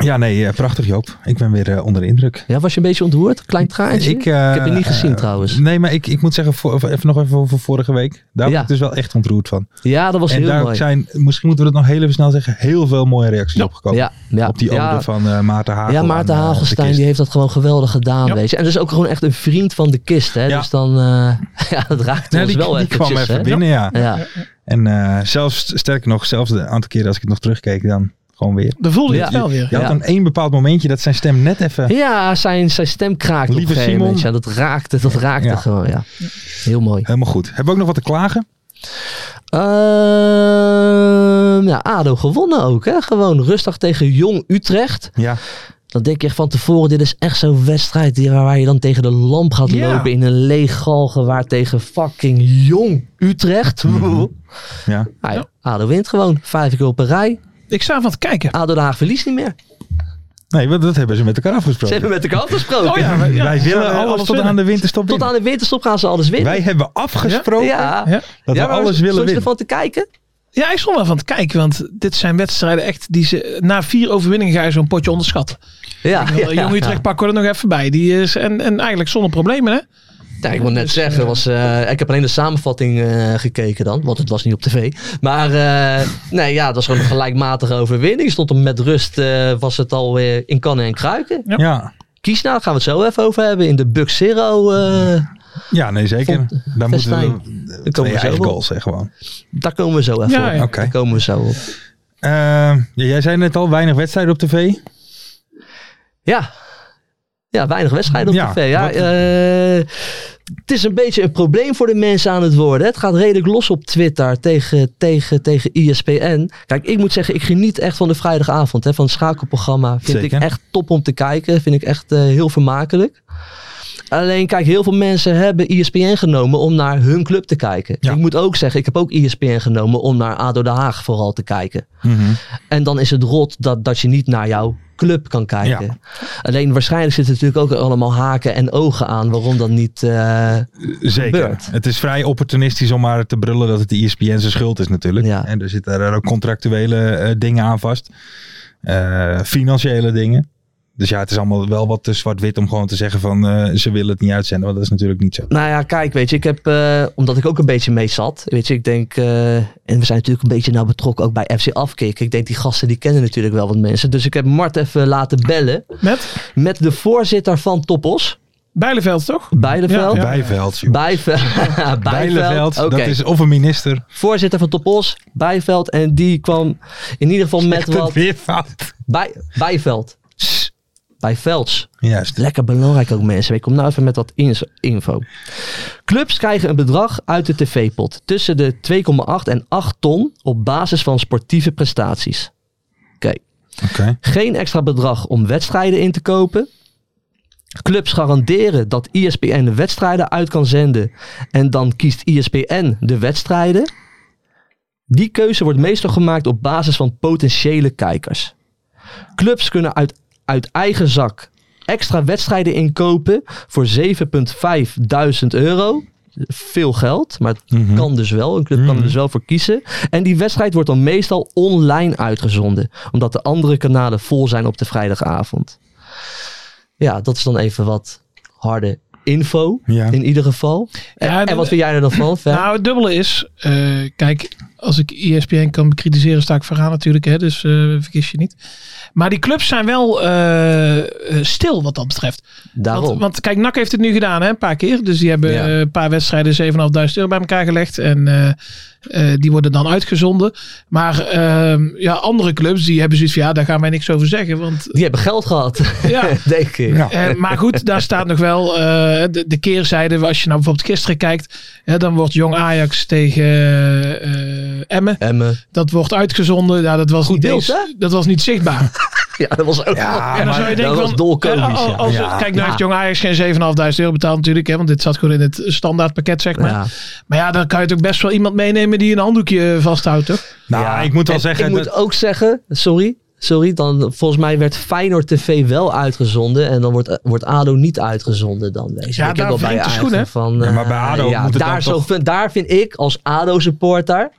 [SPEAKER 4] ja, nee, eh, prachtig Joop. Ik ben weer eh, onder de indruk.
[SPEAKER 5] Ja, was je een beetje onthoerd? Klein traantje?
[SPEAKER 4] Ik, eh,
[SPEAKER 5] heb je niet gezien
[SPEAKER 4] eh,
[SPEAKER 5] trouwens.
[SPEAKER 4] Nee, maar ik, ik moet zeggen, voor, even nog even over vorige week. Daar
[SPEAKER 5] Ja.
[SPEAKER 4] ben ik dus wel echt ontroerd van.
[SPEAKER 5] Ja, dat was
[SPEAKER 4] en
[SPEAKER 5] heel
[SPEAKER 4] daar
[SPEAKER 5] mooi.
[SPEAKER 4] zijn, misschien moeten we dat nog heel even snel zeggen, heel veel mooie reacties opgekomen.
[SPEAKER 5] ja, ja,
[SPEAKER 4] Op die ode
[SPEAKER 5] ja,
[SPEAKER 4] van eh, Maarten Hagel.
[SPEAKER 5] Ja, Maarten
[SPEAKER 4] aan, eh, de
[SPEAKER 5] Hagelstein
[SPEAKER 4] kist.
[SPEAKER 5] die heeft dat gewoon geweldig gedaan.
[SPEAKER 6] Ja.
[SPEAKER 5] Weet je. En dus ook gewoon echt een vriend van de kist. Hè?
[SPEAKER 4] Ja.
[SPEAKER 5] Dus dan, eh, ja, dat raakt
[SPEAKER 4] Nee, Nou,
[SPEAKER 5] ons
[SPEAKER 4] die,
[SPEAKER 5] wel
[SPEAKER 4] die
[SPEAKER 5] eventjes,
[SPEAKER 4] kwam even
[SPEAKER 5] hè.
[SPEAKER 4] binnen, ja.
[SPEAKER 5] Ja.
[SPEAKER 4] En eh, zelfs, sterker nog, zelfs de aantal keren als ik het nog terugkeek, dan gewoon weer.
[SPEAKER 6] Dan voelde je
[SPEAKER 5] Ja.
[SPEAKER 6] het wel weer.
[SPEAKER 4] Je had
[SPEAKER 5] Ja.
[SPEAKER 4] dan één bepaald momentje dat zijn stem net even...
[SPEAKER 5] ja, zijn, zijn stem kraakt op
[SPEAKER 4] Lieve
[SPEAKER 5] een gegeven
[SPEAKER 4] Simon.
[SPEAKER 5] moment. Ja, dat raakte, dat raakte
[SPEAKER 4] Ja.
[SPEAKER 5] gewoon. Ja. Heel mooi.
[SPEAKER 4] Helemaal goed. Hebben we ook nog wat te klagen?
[SPEAKER 5] Ehm, ja, ADO gewonnen ook. Hè? Gewoon rustig tegen Jong Utrecht.
[SPEAKER 4] Ja.
[SPEAKER 5] Dan denk je echt van tevoren, dit is echt zo'n wedstrijd die- waar, waar je dan tegen de lamp gaat
[SPEAKER 6] Ja.
[SPEAKER 5] lopen in een leeg galgenwaard tegen fucking Jong Utrecht.
[SPEAKER 4] Mhm. ja.
[SPEAKER 5] Ah, ja. ADO wint gewoon. Vijf keer op een rij.
[SPEAKER 6] Ik sta van te kijken.
[SPEAKER 5] ADO Den Haag verliest niet meer.
[SPEAKER 4] Nee, want dat hebben ze met elkaar
[SPEAKER 5] Ze
[SPEAKER 4] afgesproken.
[SPEAKER 5] hebben met elkaar afgesproken.
[SPEAKER 6] Oh ja, maar- ja,
[SPEAKER 4] Wij
[SPEAKER 6] ze
[SPEAKER 4] willen
[SPEAKER 6] zouden
[SPEAKER 4] alles, tot
[SPEAKER 6] winnen.
[SPEAKER 4] aan de winterstop
[SPEAKER 5] Tot aan
[SPEAKER 4] winnen.
[SPEAKER 5] de winterstop gaan ze alles winnen.
[SPEAKER 4] Wij hebben afgesproken
[SPEAKER 5] ja.
[SPEAKER 6] Ja.
[SPEAKER 4] dat
[SPEAKER 5] Ja,
[SPEAKER 4] we alles
[SPEAKER 5] maar stond
[SPEAKER 4] willen
[SPEAKER 5] je
[SPEAKER 4] winnen.
[SPEAKER 5] ervan te kijken?
[SPEAKER 6] ja, ik stond wel van te kijken. Want dit zijn wedstrijden echt die ze... Na vier overwinningen ga je zo'n potje onderschatten.
[SPEAKER 5] Ja.
[SPEAKER 6] Ja, eh, Jong Utrecht pakken we er nog even bij. Die is, en, en eigenlijk zonder problemen, hè?
[SPEAKER 5] Ja, ik wil net zeggen, was, eh, ik heb alleen de samenvatting eh, gekeken dan, want het was niet op tv. Maar eh, nee, ja, dat was gewoon een gelijkmatige overwinning. Stond hem met rust, eh, was het al eh, in kannen en kruiken.
[SPEAKER 6] Ja.
[SPEAKER 4] Ja.
[SPEAKER 5] Kiesna, daar gaan we het zo even over hebben in de Bug Zero. eh,
[SPEAKER 4] ja, nee zeker. Daar moeten
[SPEAKER 5] Festijn.
[SPEAKER 4] we
[SPEAKER 5] we
[SPEAKER 4] twee
[SPEAKER 5] zo
[SPEAKER 4] eigen
[SPEAKER 5] op.
[SPEAKER 4] goals hè, gewoon.
[SPEAKER 5] daar komen we zo even
[SPEAKER 6] Ja,
[SPEAKER 5] op.
[SPEAKER 6] ja.
[SPEAKER 4] Oké.
[SPEAKER 5] Daar komen we zo op.
[SPEAKER 4] Eh, ja, jij zei net al, weinig wedstrijden op tv.
[SPEAKER 5] Ja. Ja, weinig wedstrijden op
[SPEAKER 4] Ja,
[SPEAKER 5] tv. Ja,
[SPEAKER 4] wat-
[SPEAKER 5] eh, het is een beetje een probleem voor de mensen aan het worden. Het gaat redelijk los op Twitter tegen, tegen, tegen E ISPN. Kijk, ik moet zeggen, ik geniet echt van de vrijdagavond. Hè, van het schakelprogramma. Vind
[SPEAKER 4] Zeker.
[SPEAKER 5] ik echt top om te kijken. Vind ik echt eh, heel vermakelijk. Alleen, kijk, heel veel mensen hebben E ISPN genomen om naar hun club te kijken.
[SPEAKER 4] Ja.
[SPEAKER 5] Ik moet ook zeggen, ik heb ook E ISPN genomen om naar ADO Den Haag vooral te kijken.
[SPEAKER 4] Mhm.
[SPEAKER 5] En dan is het rot dat, dat je niet naar jouw club kan kijken. Alleen waarschijnlijk zitten natuurlijk ook allemaal haken en ogen aan waarom dat niet. eh,
[SPEAKER 4] Zeker.
[SPEAKER 5] Gebeurt.
[SPEAKER 4] Het is vrij opportunistisch om maar te brullen dat het de E ESPN zijn schuld is natuurlijk.
[SPEAKER 5] Ja.
[SPEAKER 4] En er zitten daar ook contractuele eh, dingen aan vast. Eh, financiële dingen. Dus ja, het is allemaal wel wat te zwart-wit om gewoon te zeggen van eh, ze willen het niet uitzenden. Want dat is natuurlijk niet zo.
[SPEAKER 5] Nou ja, kijk, weet je, ik heb, eh, omdat ik ook een beetje mee zat, weet je, ik denk, eh, en we zijn natuurlijk een beetje nou betrokken ook bij FC Afkick. Ik denk, die gasten die kennen natuurlijk wel wat mensen. Dus ik heb Mart even laten bellen
[SPEAKER 6] Met
[SPEAKER 5] met de voorzitter van Toppos,
[SPEAKER 6] Bijleveld, toch?
[SPEAKER 5] Bijleveld.
[SPEAKER 6] Ja.
[SPEAKER 4] Bijveld. joh.
[SPEAKER 5] Bijve- Bijveld.
[SPEAKER 4] Bijleveld.
[SPEAKER 5] oké.
[SPEAKER 4] Dat is of een minister.
[SPEAKER 5] Voorzitter van Toppos, Bijveld. En die kwam in ieder geval met
[SPEAKER 4] Echt het
[SPEAKER 5] wat.
[SPEAKER 4] weer fout.
[SPEAKER 5] Bij, Bijveld. Bij Velds.
[SPEAKER 4] Juist.
[SPEAKER 5] Lekker belangrijk ook mensen. Ik kom nou even met wat ins- info. Clubs krijgen een bedrag uit de tv-pot tussen de 2,8 en 8 ton op basis van sportieve prestaties. Oké.
[SPEAKER 4] Oké.
[SPEAKER 5] Geen extra bedrag om wedstrijden in te kopen. Clubs garanderen dat E ESPN de wedstrijden uit kan zenden en dan kiest E ESPN de wedstrijden. Die keuze wordt meestal gemaakt op basis van potentiële kijkers. Clubs kunnen uit, uit eigen zak extra wedstrijden inkopen voor 7.500 euro. Veel geld, maar het
[SPEAKER 4] Mhm.
[SPEAKER 5] kan dus wel. Een club kan er dus wel voor kiezen. En die wedstrijd wordt dan meestal online uitgezonden, omdat de andere kanalen vol zijn op de vrijdagavond. Ja, dat is dan even wat harde info,
[SPEAKER 4] Ja.
[SPEAKER 5] in ieder geval. En-
[SPEAKER 6] Ja,
[SPEAKER 5] en,
[SPEAKER 6] de-
[SPEAKER 5] wat vind jij er dan van, Fer?
[SPEAKER 6] Nou, het dubbele is, eh, kijk, als ik E ESPN kan bekritiseren, sta ik vooraan natuurlijk, hè, dus eh, vergis je niet. Maar die clubs zijn wel eh, eh, stil wat dat betreft.
[SPEAKER 5] Daarom.
[SPEAKER 6] Want, want kijk, NAC heeft het nu gedaan, hè, een paar keer. Dus die hebben
[SPEAKER 5] Ja.
[SPEAKER 6] eh, een paar wedstrijden 7.500 euro bij elkaar gelegd. En eh, eh, die worden dan uitgezonden. Maar ehm, ja, andere clubs, die hebben zoiets van, ja, daar gaan wij niks over zeggen. Want
[SPEAKER 5] Die hebben geld gehad,
[SPEAKER 6] ja,
[SPEAKER 5] denk ik.
[SPEAKER 4] Ja.
[SPEAKER 6] eh, maar goed, daar staat nog wel eh, de, de keerzijde. Als je nou bijvoorbeeld gisteren kijkt, hè, dan wordt Jong Ajax tegen eh, Emmen.
[SPEAKER 5] Emmen.
[SPEAKER 6] Dat wordt uitgezonden. Ja, dat was niet
[SPEAKER 5] beeld,
[SPEAKER 6] eens-
[SPEAKER 5] hè?
[SPEAKER 6] dat was niet zichtbaar.
[SPEAKER 5] Ja, dat was ook...
[SPEAKER 6] Oh, en dan zou je denken
[SPEAKER 5] dat was
[SPEAKER 6] van,
[SPEAKER 5] dolkomisch,
[SPEAKER 6] eh, al-
[SPEAKER 5] ja.
[SPEAKER 6] als-
[SPEAKER 4] Ja.
[SPEAKER 6] Kijk, nou
[SPEAKER 5] Ja.
[SPEAKER 6] heeft Jong Ajax geen 7.500 euro betaald natuurlijk. Hè, want dit zat gewoon in het standaardpakket, zeg maar.
[SPEAKER 5] Ja.
[SPEAKER 6] Maar ja, dan kan je toch best wel iemand meenemen die een handdoekje vasthoudt, toch?
[SPEAKER 4] Nou,
[SPEAKER 5] Ja.
[SPEAKER 4] ik moet wel
[SPEAKER 5] En
[SPEAKER 4] zeggen...
[SPEAKER 5] Ik
[SPEAKER 4] dat-
[SPEAKER 5] moet ook zeggen, sorry. Sorry, dan volgens mij werd Feyenoord TV wel uitgezonden en dan wordt, eh, wordt ADO niet uitgezonden dan. Weet je.
[SPEAKER 6] Ja,
[SPEAKER 5] ik
[SPEAKER 6] daar
[SPEAKER 5] heb wel bij
[SPEAKER 6] wringt de
[SPEAKER 5] eigen
[SPEAKER 6] schoen, hè?
[SPEAKER 5] van,
[SPEAKER 4] Ja, maar bij
[SPEAKER 5] eh,
[SPEAKER 4] ADO moet het
[SPEAKER 5] daar,
[SPEAKER 4] dan toch-
[SPEAKER 5] vind, daar vind ik als ADO-supporter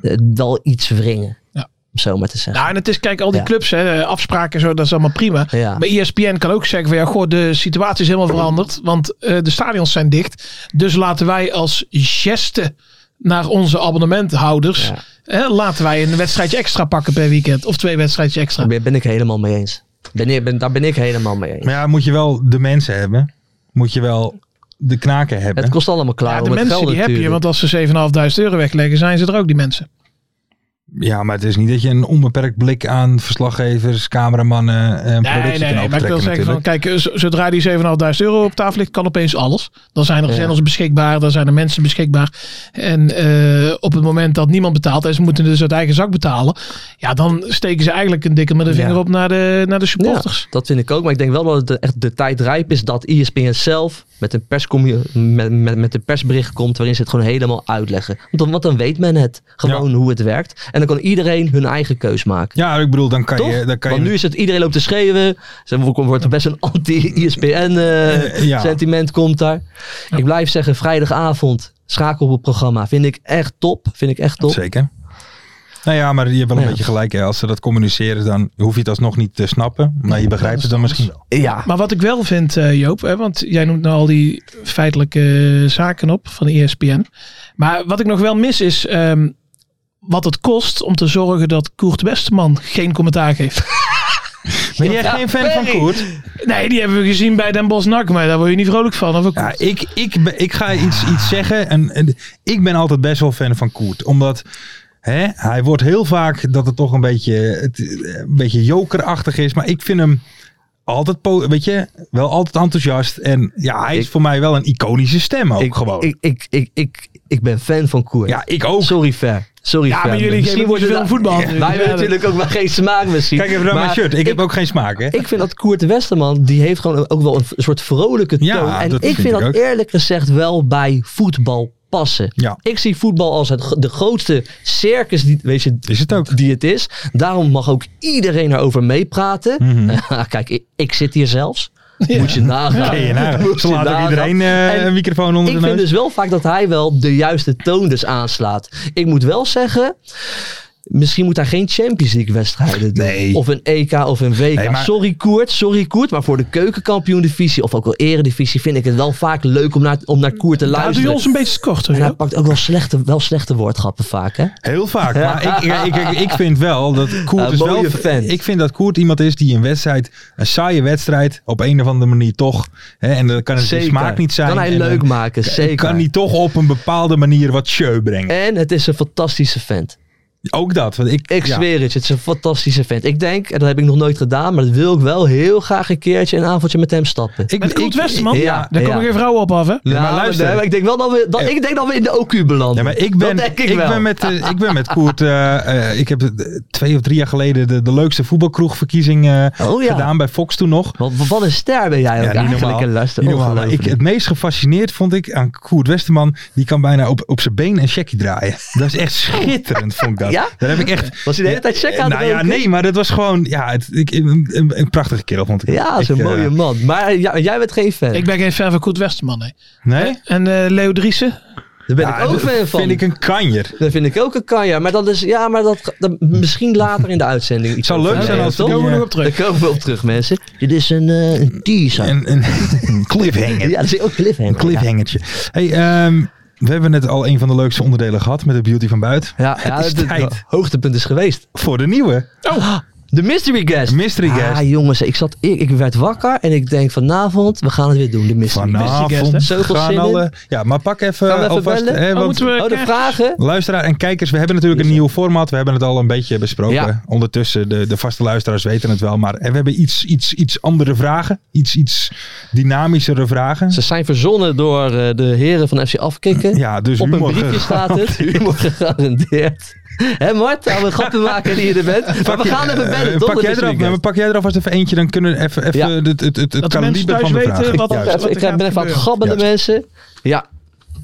[SPEAKER 5] eh, wel iets wringen,
[SPEAKER 6] Ja.
[SPEAKER 5] om zo maar te zeggen.
[SPEAKER 6] Nou, en het is, kijk, al die
[SPEAKER 5] Ja.
[SPEAKER 6] clubs, hè, afspraken en zo, dat is allemaal prima.
[SPEAKER 5] Ja.
[SPEAKER 6] Maar E ESPN kan ook zeggen van ja, goh, de situatie is helemaal veranderd. Want eh, de stadions zijn dicht. Dus laten wij als geste naar onze abonnementhouders.
[SPEAKER 5] Ja.
[SPEAKER 6] Hè, laten wij een wedstrijdje extra pakken per weekend. Of twee wedstrijdjes extra.
[SPEAKER 5] Daar ben- ben ik helemaal mee eens. Ben, ik- ben, daar ben ik helemaal mee eens.
[SPEAKER 4] Maar ja, moet je wel de mensen hebben. Moet je wel de knaken hebben.
[SPEAKER 5] Het kost allemaal klaar
[SPEAKER 6] Ja,
[SPEAKER 5] om
[SPEAKER 6] de
[SPEAKER 5] het
[SPEAKER 6] mensen
[SPEAKER 5] geld
[SPEAKER 6] die heb je,
[SPEAKER 5] natuurlijk.
[SPEAKER 6] want als ze 7.500 euro wegleggen, zijn ze er ook, die mensen.
[SPEAKER 4] Ja, maar het is niet dat je een onbeperkt blik aan verslaggevers, cameramannen en
[SPEAKER 6] Nee,
[SPEAKER 4] productie
[SPEAKER 6] nee, nee.
[SPEAKER 4] kan
[SPEAKER 6] Maar ik
[SPEAKER 4] optrekken
[SPEAKER 6] wil zeggen, van,
[SPEAKER 4] natuurlijk.
[SPEAKER 6] kijk, eh, z- zodra die 7.500 euro op tafel ligt, kan opeens alles. Dan zijn er
[SPEAKER 5] Ja.
[SPEAKER 6] zenders beschikbaar, dan zijn er mensen beschikbaar. En eh, op het moment dat niemand betaalt en ze moeten dus uit eigen zak betalen, ja, dan steken ze eigenlijk een dikke met de vinger
[SPEAKER 4] Ja.
[SPEAKER 6] op naar de, naar de
[SPEAKER 5] Ja,
[SPEAKER 6] supporters.
[SPEAKER 5] dat vind ik ook. Maar ik denk wel dat het de- echt de tijd rijp is dat E ESPN zelf met een, perscommu- met, met, met een persbericht komt waarin ze het gewoon helemaal uitleggen. Want dan, want dan weet men het. Gewoon hoe het werkt. En dan kan iedereen hun eigen keus maken.
[SPEAKER 4] Ja, ik bedoel, dan kan
[SPEAKER 5] Toch?
[SPEAKER 4] je... Dan kan
[SPEAKER 5] Want
[SPEAKER 4] je
[SPEAKER 5] nu is het iedereen loopt te schreeuwen. Ze wo- wordt er best een anti-ESPN-sentiment
[SPEAKER 4] Eh, ja.
[SPEAKER 5] komt daar. Ik blijf zeggen, vrijdagavond schakel op het programma. Vind ik echt top. Vind ik echt top.
[SPEAKER 4] Zeker. Nou ja, maar je hebt wel een
[SPEAKER 5] Ja.
[SPEAKER 4] beetje gelijk. Hè. Als ze dat communiceren, dan hoef je het alsnog niet te snappen. Maar je begrijpt het dan misschien wel.
[SPEAKER 5] Ja.
[SPEAKER 6] Maar wat ik wel vind, eh, Joop, hè, want jij noemt nou al die feitelijke eh, zaken op van ESPN. Maar wat ik nog wel mis is ehm, wat het kost om te zorgen dat Koert Westerman geen commentaar geeft.
[SPEAKER 4] Ben jij geen fan van
[SPEAKER 5] Ferry.
[SPEAKER 4] Koert?
[SPEAKER 6] Nee, die hebben we gezien bij Den Bosch NAC, maar daar word je niet vrolijk van. Of ook
[SPEAKER 4] Ja,
[SPEAKER 6] Koert.
[SPEAKER 4] ik, ik, ben- ik ga iets, iets zeggen. En, en ik ben altijd best wel fan van Koert. Omdat hè, hij wordt heel vaak dat het toch een beetje, het, eh, een beetje jokerachtig is. Maar ik vind hem altijd, po- weet je, wel altijd enthousiast. En ja, hij is
[SPEAKER 5] Ik-
[SPEAKER 4] voor mij wel een iconische stem ook
[SPEAKER 5] ik,
[SPEAKER 4] Oh. gewoon.
[SPEAKER 5] Ik, ik, ik, ik, ik ben fan van Koert.
[SPEAKER 4] ja, ik ook.
[SPEAKER 5] Sorry, Fer. Sorry,
[SPEAKER 6] Ja,
[SPEAKER 5] Fer.
[SPEAKER 6] maar jullie
[SPEAKER 5] Misschien
[SPEAKER 6] geven niet
[SPEAKER 5] worden
[SPEAKER 6] veel
[SPEAKER 5] da-
[SPEAKER 6] voetbal.
[SPEAKER 5] Wij hebben natuurlijk ook maar geen smaak misschien.
[SPEAKER 4] Kijk even naar
[SPEAKER 5] Maar
[SPEAKER 4] mijn shirt. Ik, heb ook geen smaak, hè?
[SPEAKER 5] Ik vind dat Koert Westerman, die heeft gewoon ook wel een v- soort vrolijke toon.
[SPEAKER 4] Ja,
[SPEAKER 5] en
[SPEAKER 4] dat
[SPEAKER 5] ik
[SPEAKER 4] vind
[SPEAKER 5] vind
[SPEAKER 4] ik
[SPEAKER 5] dat
[SPEAKER 4] ook.
[SPEAKER 5] eerlijk gezegd wel bij voetbal passen.
[SPEAKER 4] Ja.
[SPEAKER 5] Ik zie voetbal als het, gro- de grootste circus die, weet je,
[SPEAKER 4] Is het ook.
[SPEAKER 5] die het is. Daarom mag ook iedereen erover meepraten.
[SPEAKER 4] Mhm.
[SPEAKER 5] Ah, Kijk, ik, ik zit hier zelfs. Moet je nagaan.
[SPEAKER 4] Hey, nou,
[SPEAKER 5] Moet
[SPEAKER 4] ze
[SPEAKER 5] je
[SPEAKER 4] laten ook
[SPEAKER 5] nagaan.
[SPEAKER 4] iedereen eh,
[SPEAKER 5] En
[SPEAKER 4] een microfoon onder
[SPEAKER 5] ik
[SPEAKER 4] de
[SPEAKER 5] vind
[SPEAKER 4] neus.
[SPEAKER 5] dus wel vaak dat hij wel de juiste toon dus aanslaat. Ik moet wel zeggen, misschien moet hij geen Champions League wedstrijden doen.
[SPEAKER 4] Nee.
[SPEAKER 5] Of een EK of een WK.
[SPEAKER 4] Nee, maar-
[SPEAKER 5] Sorry Koert, sorry Koert. Maar voor de keukenkampioen divisie of ook wel eredivisie vind ik het wel vaak leuk om naar, om naar Koert te
[SPEAKER 6] Daar Ah, doe je
[SPEAKER 5] luisteren.
[SPEAKER 6] ons een beetje kort
[SPEAKER 5] En hij
[SPEAKER 6] hoor.
[SPEAKER 5] pakt ook wel slechte, wel slechte woordgrappen vaak hè.
[SPEAKER 4] Heel vaak. Maar ik, ik, ik, ik vind wel dat Koert
[SPEAKER 5] Een
[SPEAKER 4] is
[SPEAKER 5] mooie
[SPEAKER 4] wel...
[SPEAKER 5] fan.
[SPEAKER 4] Ik vind dat Koert iemand is die een wedstrijd, een saaie wedstrijd, op een of andere manier toch... Hè, en dan kan het de
[SPEAKER 5] Zeker.
[SPEAKER 4] smaak niet zijn.
[SPEAKER 5] Kan hij
[SPEAKER 4] en dan
[SPEAKER 5] leuk maken, zeker.
[SPEAKER 4] Kan hij toch op een bepaalde manier wat show brengen.
[SPEAKER 5] En het is een fantastische vent.
[SPEAKER 4] Ook dat. Want ik,
[SPEAKER 5] Ik
[SPEAKER 4] ja.
[SPEAKER 5] zweer het, je, het is een fantastische vent. Ik denk, en dat heb ik nog nooit gedaan, maar dat wil ik wel heel graag een keertje een avondje met hem stappen.
[SPEAKER 4] Ik,
[SPEAKER 6] Met Koert
[SPEAKER 4] ik-
[SPEAKER 6] Westerman?
[SPEAKER 5] ja,
[SPEAKER 6] Daar komen
[SPEAKER 5] ja.
[SPEAKER 6] geen vrouwen op af, hè?
[SPEAKER 4] Ja, maar
[SPEAKER 5] Ja,
[SPEAKER 4] luister.
[SPEAKER 5] nee, maar Nou, ik denk wel dat we, dat, ik denk dat we in de OQ belanden.
[SPEAKER 4] Ja, maar ik ben,
[SPEAKER 5] dat denk
[SPEAKER 4] ik
[SPEAKER 5] ik, wel.
[SPEAKER 4] ben, met, eh, ik ben met Koert. eh, eh, ik heb eh, twee of drie jaar geleden de, de leukste voetbalkroegverkiezing eh,
[SPEAKER 5] Oh ja.
[SPEAKER 4] gedaan bij Fox toen nog.
[SPEAKER 5] Wat, wat een ster ben jij ook
[SPEAKER 4] niet
[SPEAKER 5] eigenlijk.
[SPEAKER 4] normaal.
[SPEAKER 5] En luister,
[SPEAKER 4] Niet normaal. Maar ik,
[SPEAKER 5] ongelooflijk.
[SPEAKER 4] het meest gefascineerd vond ik aan Koert Westerman. Die kan bijna op, op zijn been een checkie draaien. Dat is echt schitterend, vond ik dat.
[SPEAKER 5] Ja?
[SPEAKER 4] Daar heb ik echt...
[SPEAKER 5] Was hij de hele tijd check aan het
[SPEAKER 4] Nou ja,
[SPEAKER 5] roken?
[SPEAKER 4] nee, maar dat was gewoon... Ja, het, ik, een, een- een prachtige kerel vond ik.
[SPEAKER 5] Ja,
[SPEAKER 4] Ik,
[SPEAKER 5] zo'n
[SPEAKER 4] eh,
[SPEAKER 5] mooie man. Maar ja, jij bent geen fan.
[SPEAKER 6] Ik ben geen fan van Koert Westerman, nee.
[SPEAKER 4] Nee?
[SPEAKER 6] En eh, Leo Driessen?
[SPEAKER 5] Daar ben
[SPEAKER 4] Ja,
[SPEAKER 5] ik ook
[SPEAKER 4] dat
[SPEAKER 5] fan van.
[SPEAKER 4] Vind ik een kanjer.
[SPEAKER 5] Dat vind ik ook een kanja. Maar dat is, ja, maar dat, dat- misschien later in de uitzending. iets
[SPEAKER 4] Het zou
[SPEAKER 5] over
[SPEAKER 4] leuk zijn
[SPEAKER 5] hebben,
[SPEAKER 4] als we eh,
[SPEAKER 5] toch?
[SPEAKER 6] Komen we nog op terug.
[SPEAKER 5] Daar komen we op terug, mensen. Dit is een, eh een teaser.
[SPEAKER 4] Een, een, een cliffhanger.
[SPEAKER 5] ja, dat is ook cliffhanger.
[SPEAKER 4] Een cliffhangertje. Hey, ehm, we hebben net al een van de leukste onderdelen gehad met de beauty van buiten.
[SPEAKER 5] Ja, ja, ja
[SPEAKER 4] Het is
[SPEAKER 5] het, het
[SPEAKER 4] tijd.
[SPEAKER 5] hoogtepunt is geweest.
[SPEAKER 4] Voor de nieuwe
[SPEAKER 5] De mystery guest.
[SPEAKER 4] mystery guest.
[SPEAKER 5] Ah, jongens, ik, zat, ik, ik werd wakker en ik denk vanavond, we gaan het weer doen, de mystery guest.
[SPEAKER 6] guest, hè?
[SPEAKER 4] Vanavond
[SPEAKER 5] Zoveel zin
[SPEAKER 4] gaan
[SPEAKER 5] in.
[SPEAKER 4] alle... Ja, maar pak even,
[SPEAKER 5] Gaan we even
[SPEAKER 4] alvast...
[SPEAKER 5] bellen?
[SPEAKER 4] hè,
[SPEAKER 6] Oh,
[SPEAKER 4] want-
[SPEAKER 6] moeten we
[SPEAKER 5] Oh, de
[SPEAKER 6] kijken?
[SPEAKER 5] vragen?
[SPEAKER 4] Luisteraar en kijkers, we hebben natuurlijk een nieuw format. We hebben het al een beetje besproken.
[SPEAKER 5] Ja.
[SPEAKER 4] Ondertussen, de, de vaste luisteraars weten het wel. Maar en we hebben iets, iets, iets andere vragen. Iets, iets dynamischere vragen.
[SPEAKER 5] Ze zijn verzonnen door eh, de heren van FC Afkikken.
[SPEAKER 4] Ja, dus
[SPEAKER 5] Op een
[SPEAKER 4] humor.
[SPEAKER 5] briefje staat het, humor gegarandeerd. Hé Mart, oude grappenmaker die je er bent. Maar we gaan even bellen,
[SPEAKER 4] Eh,
[SPEAKER 5] toch?
[SPEAKER 4] pak,
[SPEAKER 5] De
[SPEAKER 4] jij er
[SPEAKER 5] mystery
[SPEAKER 4] al- nee, maar
[SPEAKER 5] guest.
[SPEAKER 4] pak jij er alvast even eentje. Dan kunnen we even, even
[SPEAKER 5] Ja.
[SPEAKER 4] het, het, het, het
[SPEAKER 6] Dat de
[SPEAKER 4] kaliber
[SPEAKER 6] mensen thuis
[SPEAKER 4] van de
[SPEAKER 6] weten eh,
[SPEAKER 4] vraag.
[SPEAKER 6] wat er-
[SPEAKER 4] Juist.
[SPEAKER 5] Even-
[SPEAKER 6] wat er
[SPEAKER 5] ik ben
[SPEAKER 6] gaat
[SPEAKER 5] even aan het
[SPEAKER 6] gebeuren.
[SPEAKER 5] grabbelen,
[SPEAKER 4] Juist.
[SPEAKER 5] mensen. Ja.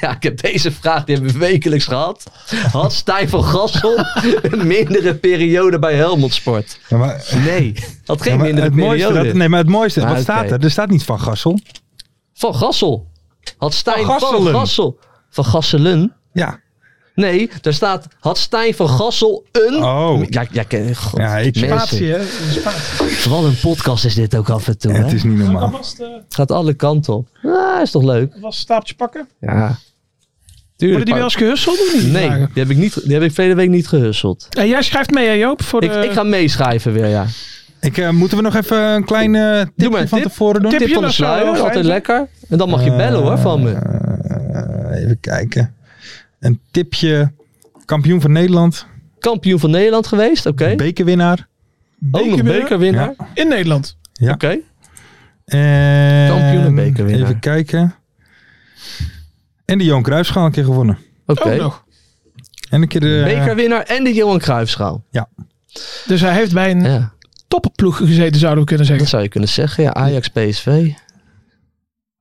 [SPEAKER 5] Ja, ik heb deze vraag, die hebben we wekelijks gehad. Had Stijn van Gassel een mindere periode bij Helmond Sport?
[SPEAKER 4] Ja, maar-
[SPEAKER 5] Nee, had geen
[SPEAKER 4] ja, maar
[SPEAKER 5] mindere
[SPEAKER 4] het mooiste,
[SPEAKER 5] periode.
[SPEAKER 4] dat, nee, maar het mooiste,
[SPEAKER 5] Ah,
[SPEAKER 4] wat
[SPEAKER 5] oké.
[SPEAKER 4] staat er? Er staat niet van Gassel.
[SPEAKER 5] Van Gassel. Had Stijn
[SPEAKER 4] Van
[SPEAKER 5] van,
[SPEAKER 4] Gasselen.
[SPEAKER 5] Gassel. Van Gasselen?
[SPEAKER 4] Ja,
[SPEAKER 5] Nee, daar staat. Had Stijn van Gassel een.
[SPEAKER 4] Oh.
[SPEAKER 5] Ja, ja, ken- God,
[SPEAKER 4] Ja, ik-
[SPEAKER 5] mensen.
[SPEAKER 6] Spatie, hè? Spatie.
[SPEAKER 5] Wat een podcast is dit ook af en toe.
[SPEAKER 4] het
[SPEAKER 5] hè?
[SPEAKER 4] is niet normaal.
[SPEAKER 6] Alvast, eh,
[SPEAKER 5] Het gaat alle kanten op. Ah, is toch leuk?
[SPEAKER 6] alvast een stapeltje pakken.
[SPEAKER 5] Ja.
[SPEAKER 6] Worden
[SPEAKER 5] Tuurlijk.
[SPEAKER 6] die wel eens gehusteld of niet? die
[SPEAKER 5] Nee,
[SPEAKER 6] vragen?
[SPEAKER 5] die heb, ik niet, die heb ik vele week niet gehusseld.
[SPEAKER 6] En jij schrijft mee, hè, Joop? Voor
[SPEAKER 5] Ik,
[SPEAKER 6] de...
[SPEAKER 5] ik ga meeschrijven weer, ja.
[SPEAKER 4] Ik, eh, moeten we nog even een klein eh, tipje
[SPEAKER 5] maar een
[SPEAKER 4] van
[SPEAKER 5] tip.
[SPEAKER 4] tevoren doen?
[SPEAKER 6] Tip.
[SPEAKER 5] Tip
[SPEAKER 6] je
[SPEAKER 5] van de
[SPEAKER 6] dat zo
[SPEAKER 5] sluier,
[SPEAKER 6] wel fijn,
[SPEAKER 5] altijd
[SPEAKER 6] hè?
[SPEAKER 5] lekker. En dan mag je bellen hoor, van me.
[SPEAKER 4] Eh, even kijken. Een tipje. Kampioen van Nederland.
[SPEAKER 5] Kampioen van Nederland geweest, oké.
[SPEAKER 4] Bekerwinnaar.
[SPEAKER 5] Ook nog
[SPEAKER 6] bekerwinnaar?
[SPEAKER 5] bekerwinnaar, oké.
[SPEAKER 6] In Nederland.
[SPEAKER 4] Ja. En
[SPEAKER 5] Kampioen en bekerwinnaar.
[SPEAKER 4] Even kijken. En de Johan Cruijffschaal een keer gewonnen.
[SPEAKER 5] Oké.
[SPEAKER 4] nou,
[SPEAKER 6] Ook nog.
[SPEAKER 4] En een keer de...
[SPEAKER 5] Bekerwinnaar en de Johan Cruijffschaal.
[SPEAKER 6] Dus hij heeft bij een
[SPEAKER 5] Ja,
[SPEAKER 6] toppenploeg gezeten, zouden we kunnen
[SPEAKER 5] dat
[SPEAKER 6] zeggen.
[SPEAKER 5] zou je kunnen zeggen. Ja, Ajax, PSV.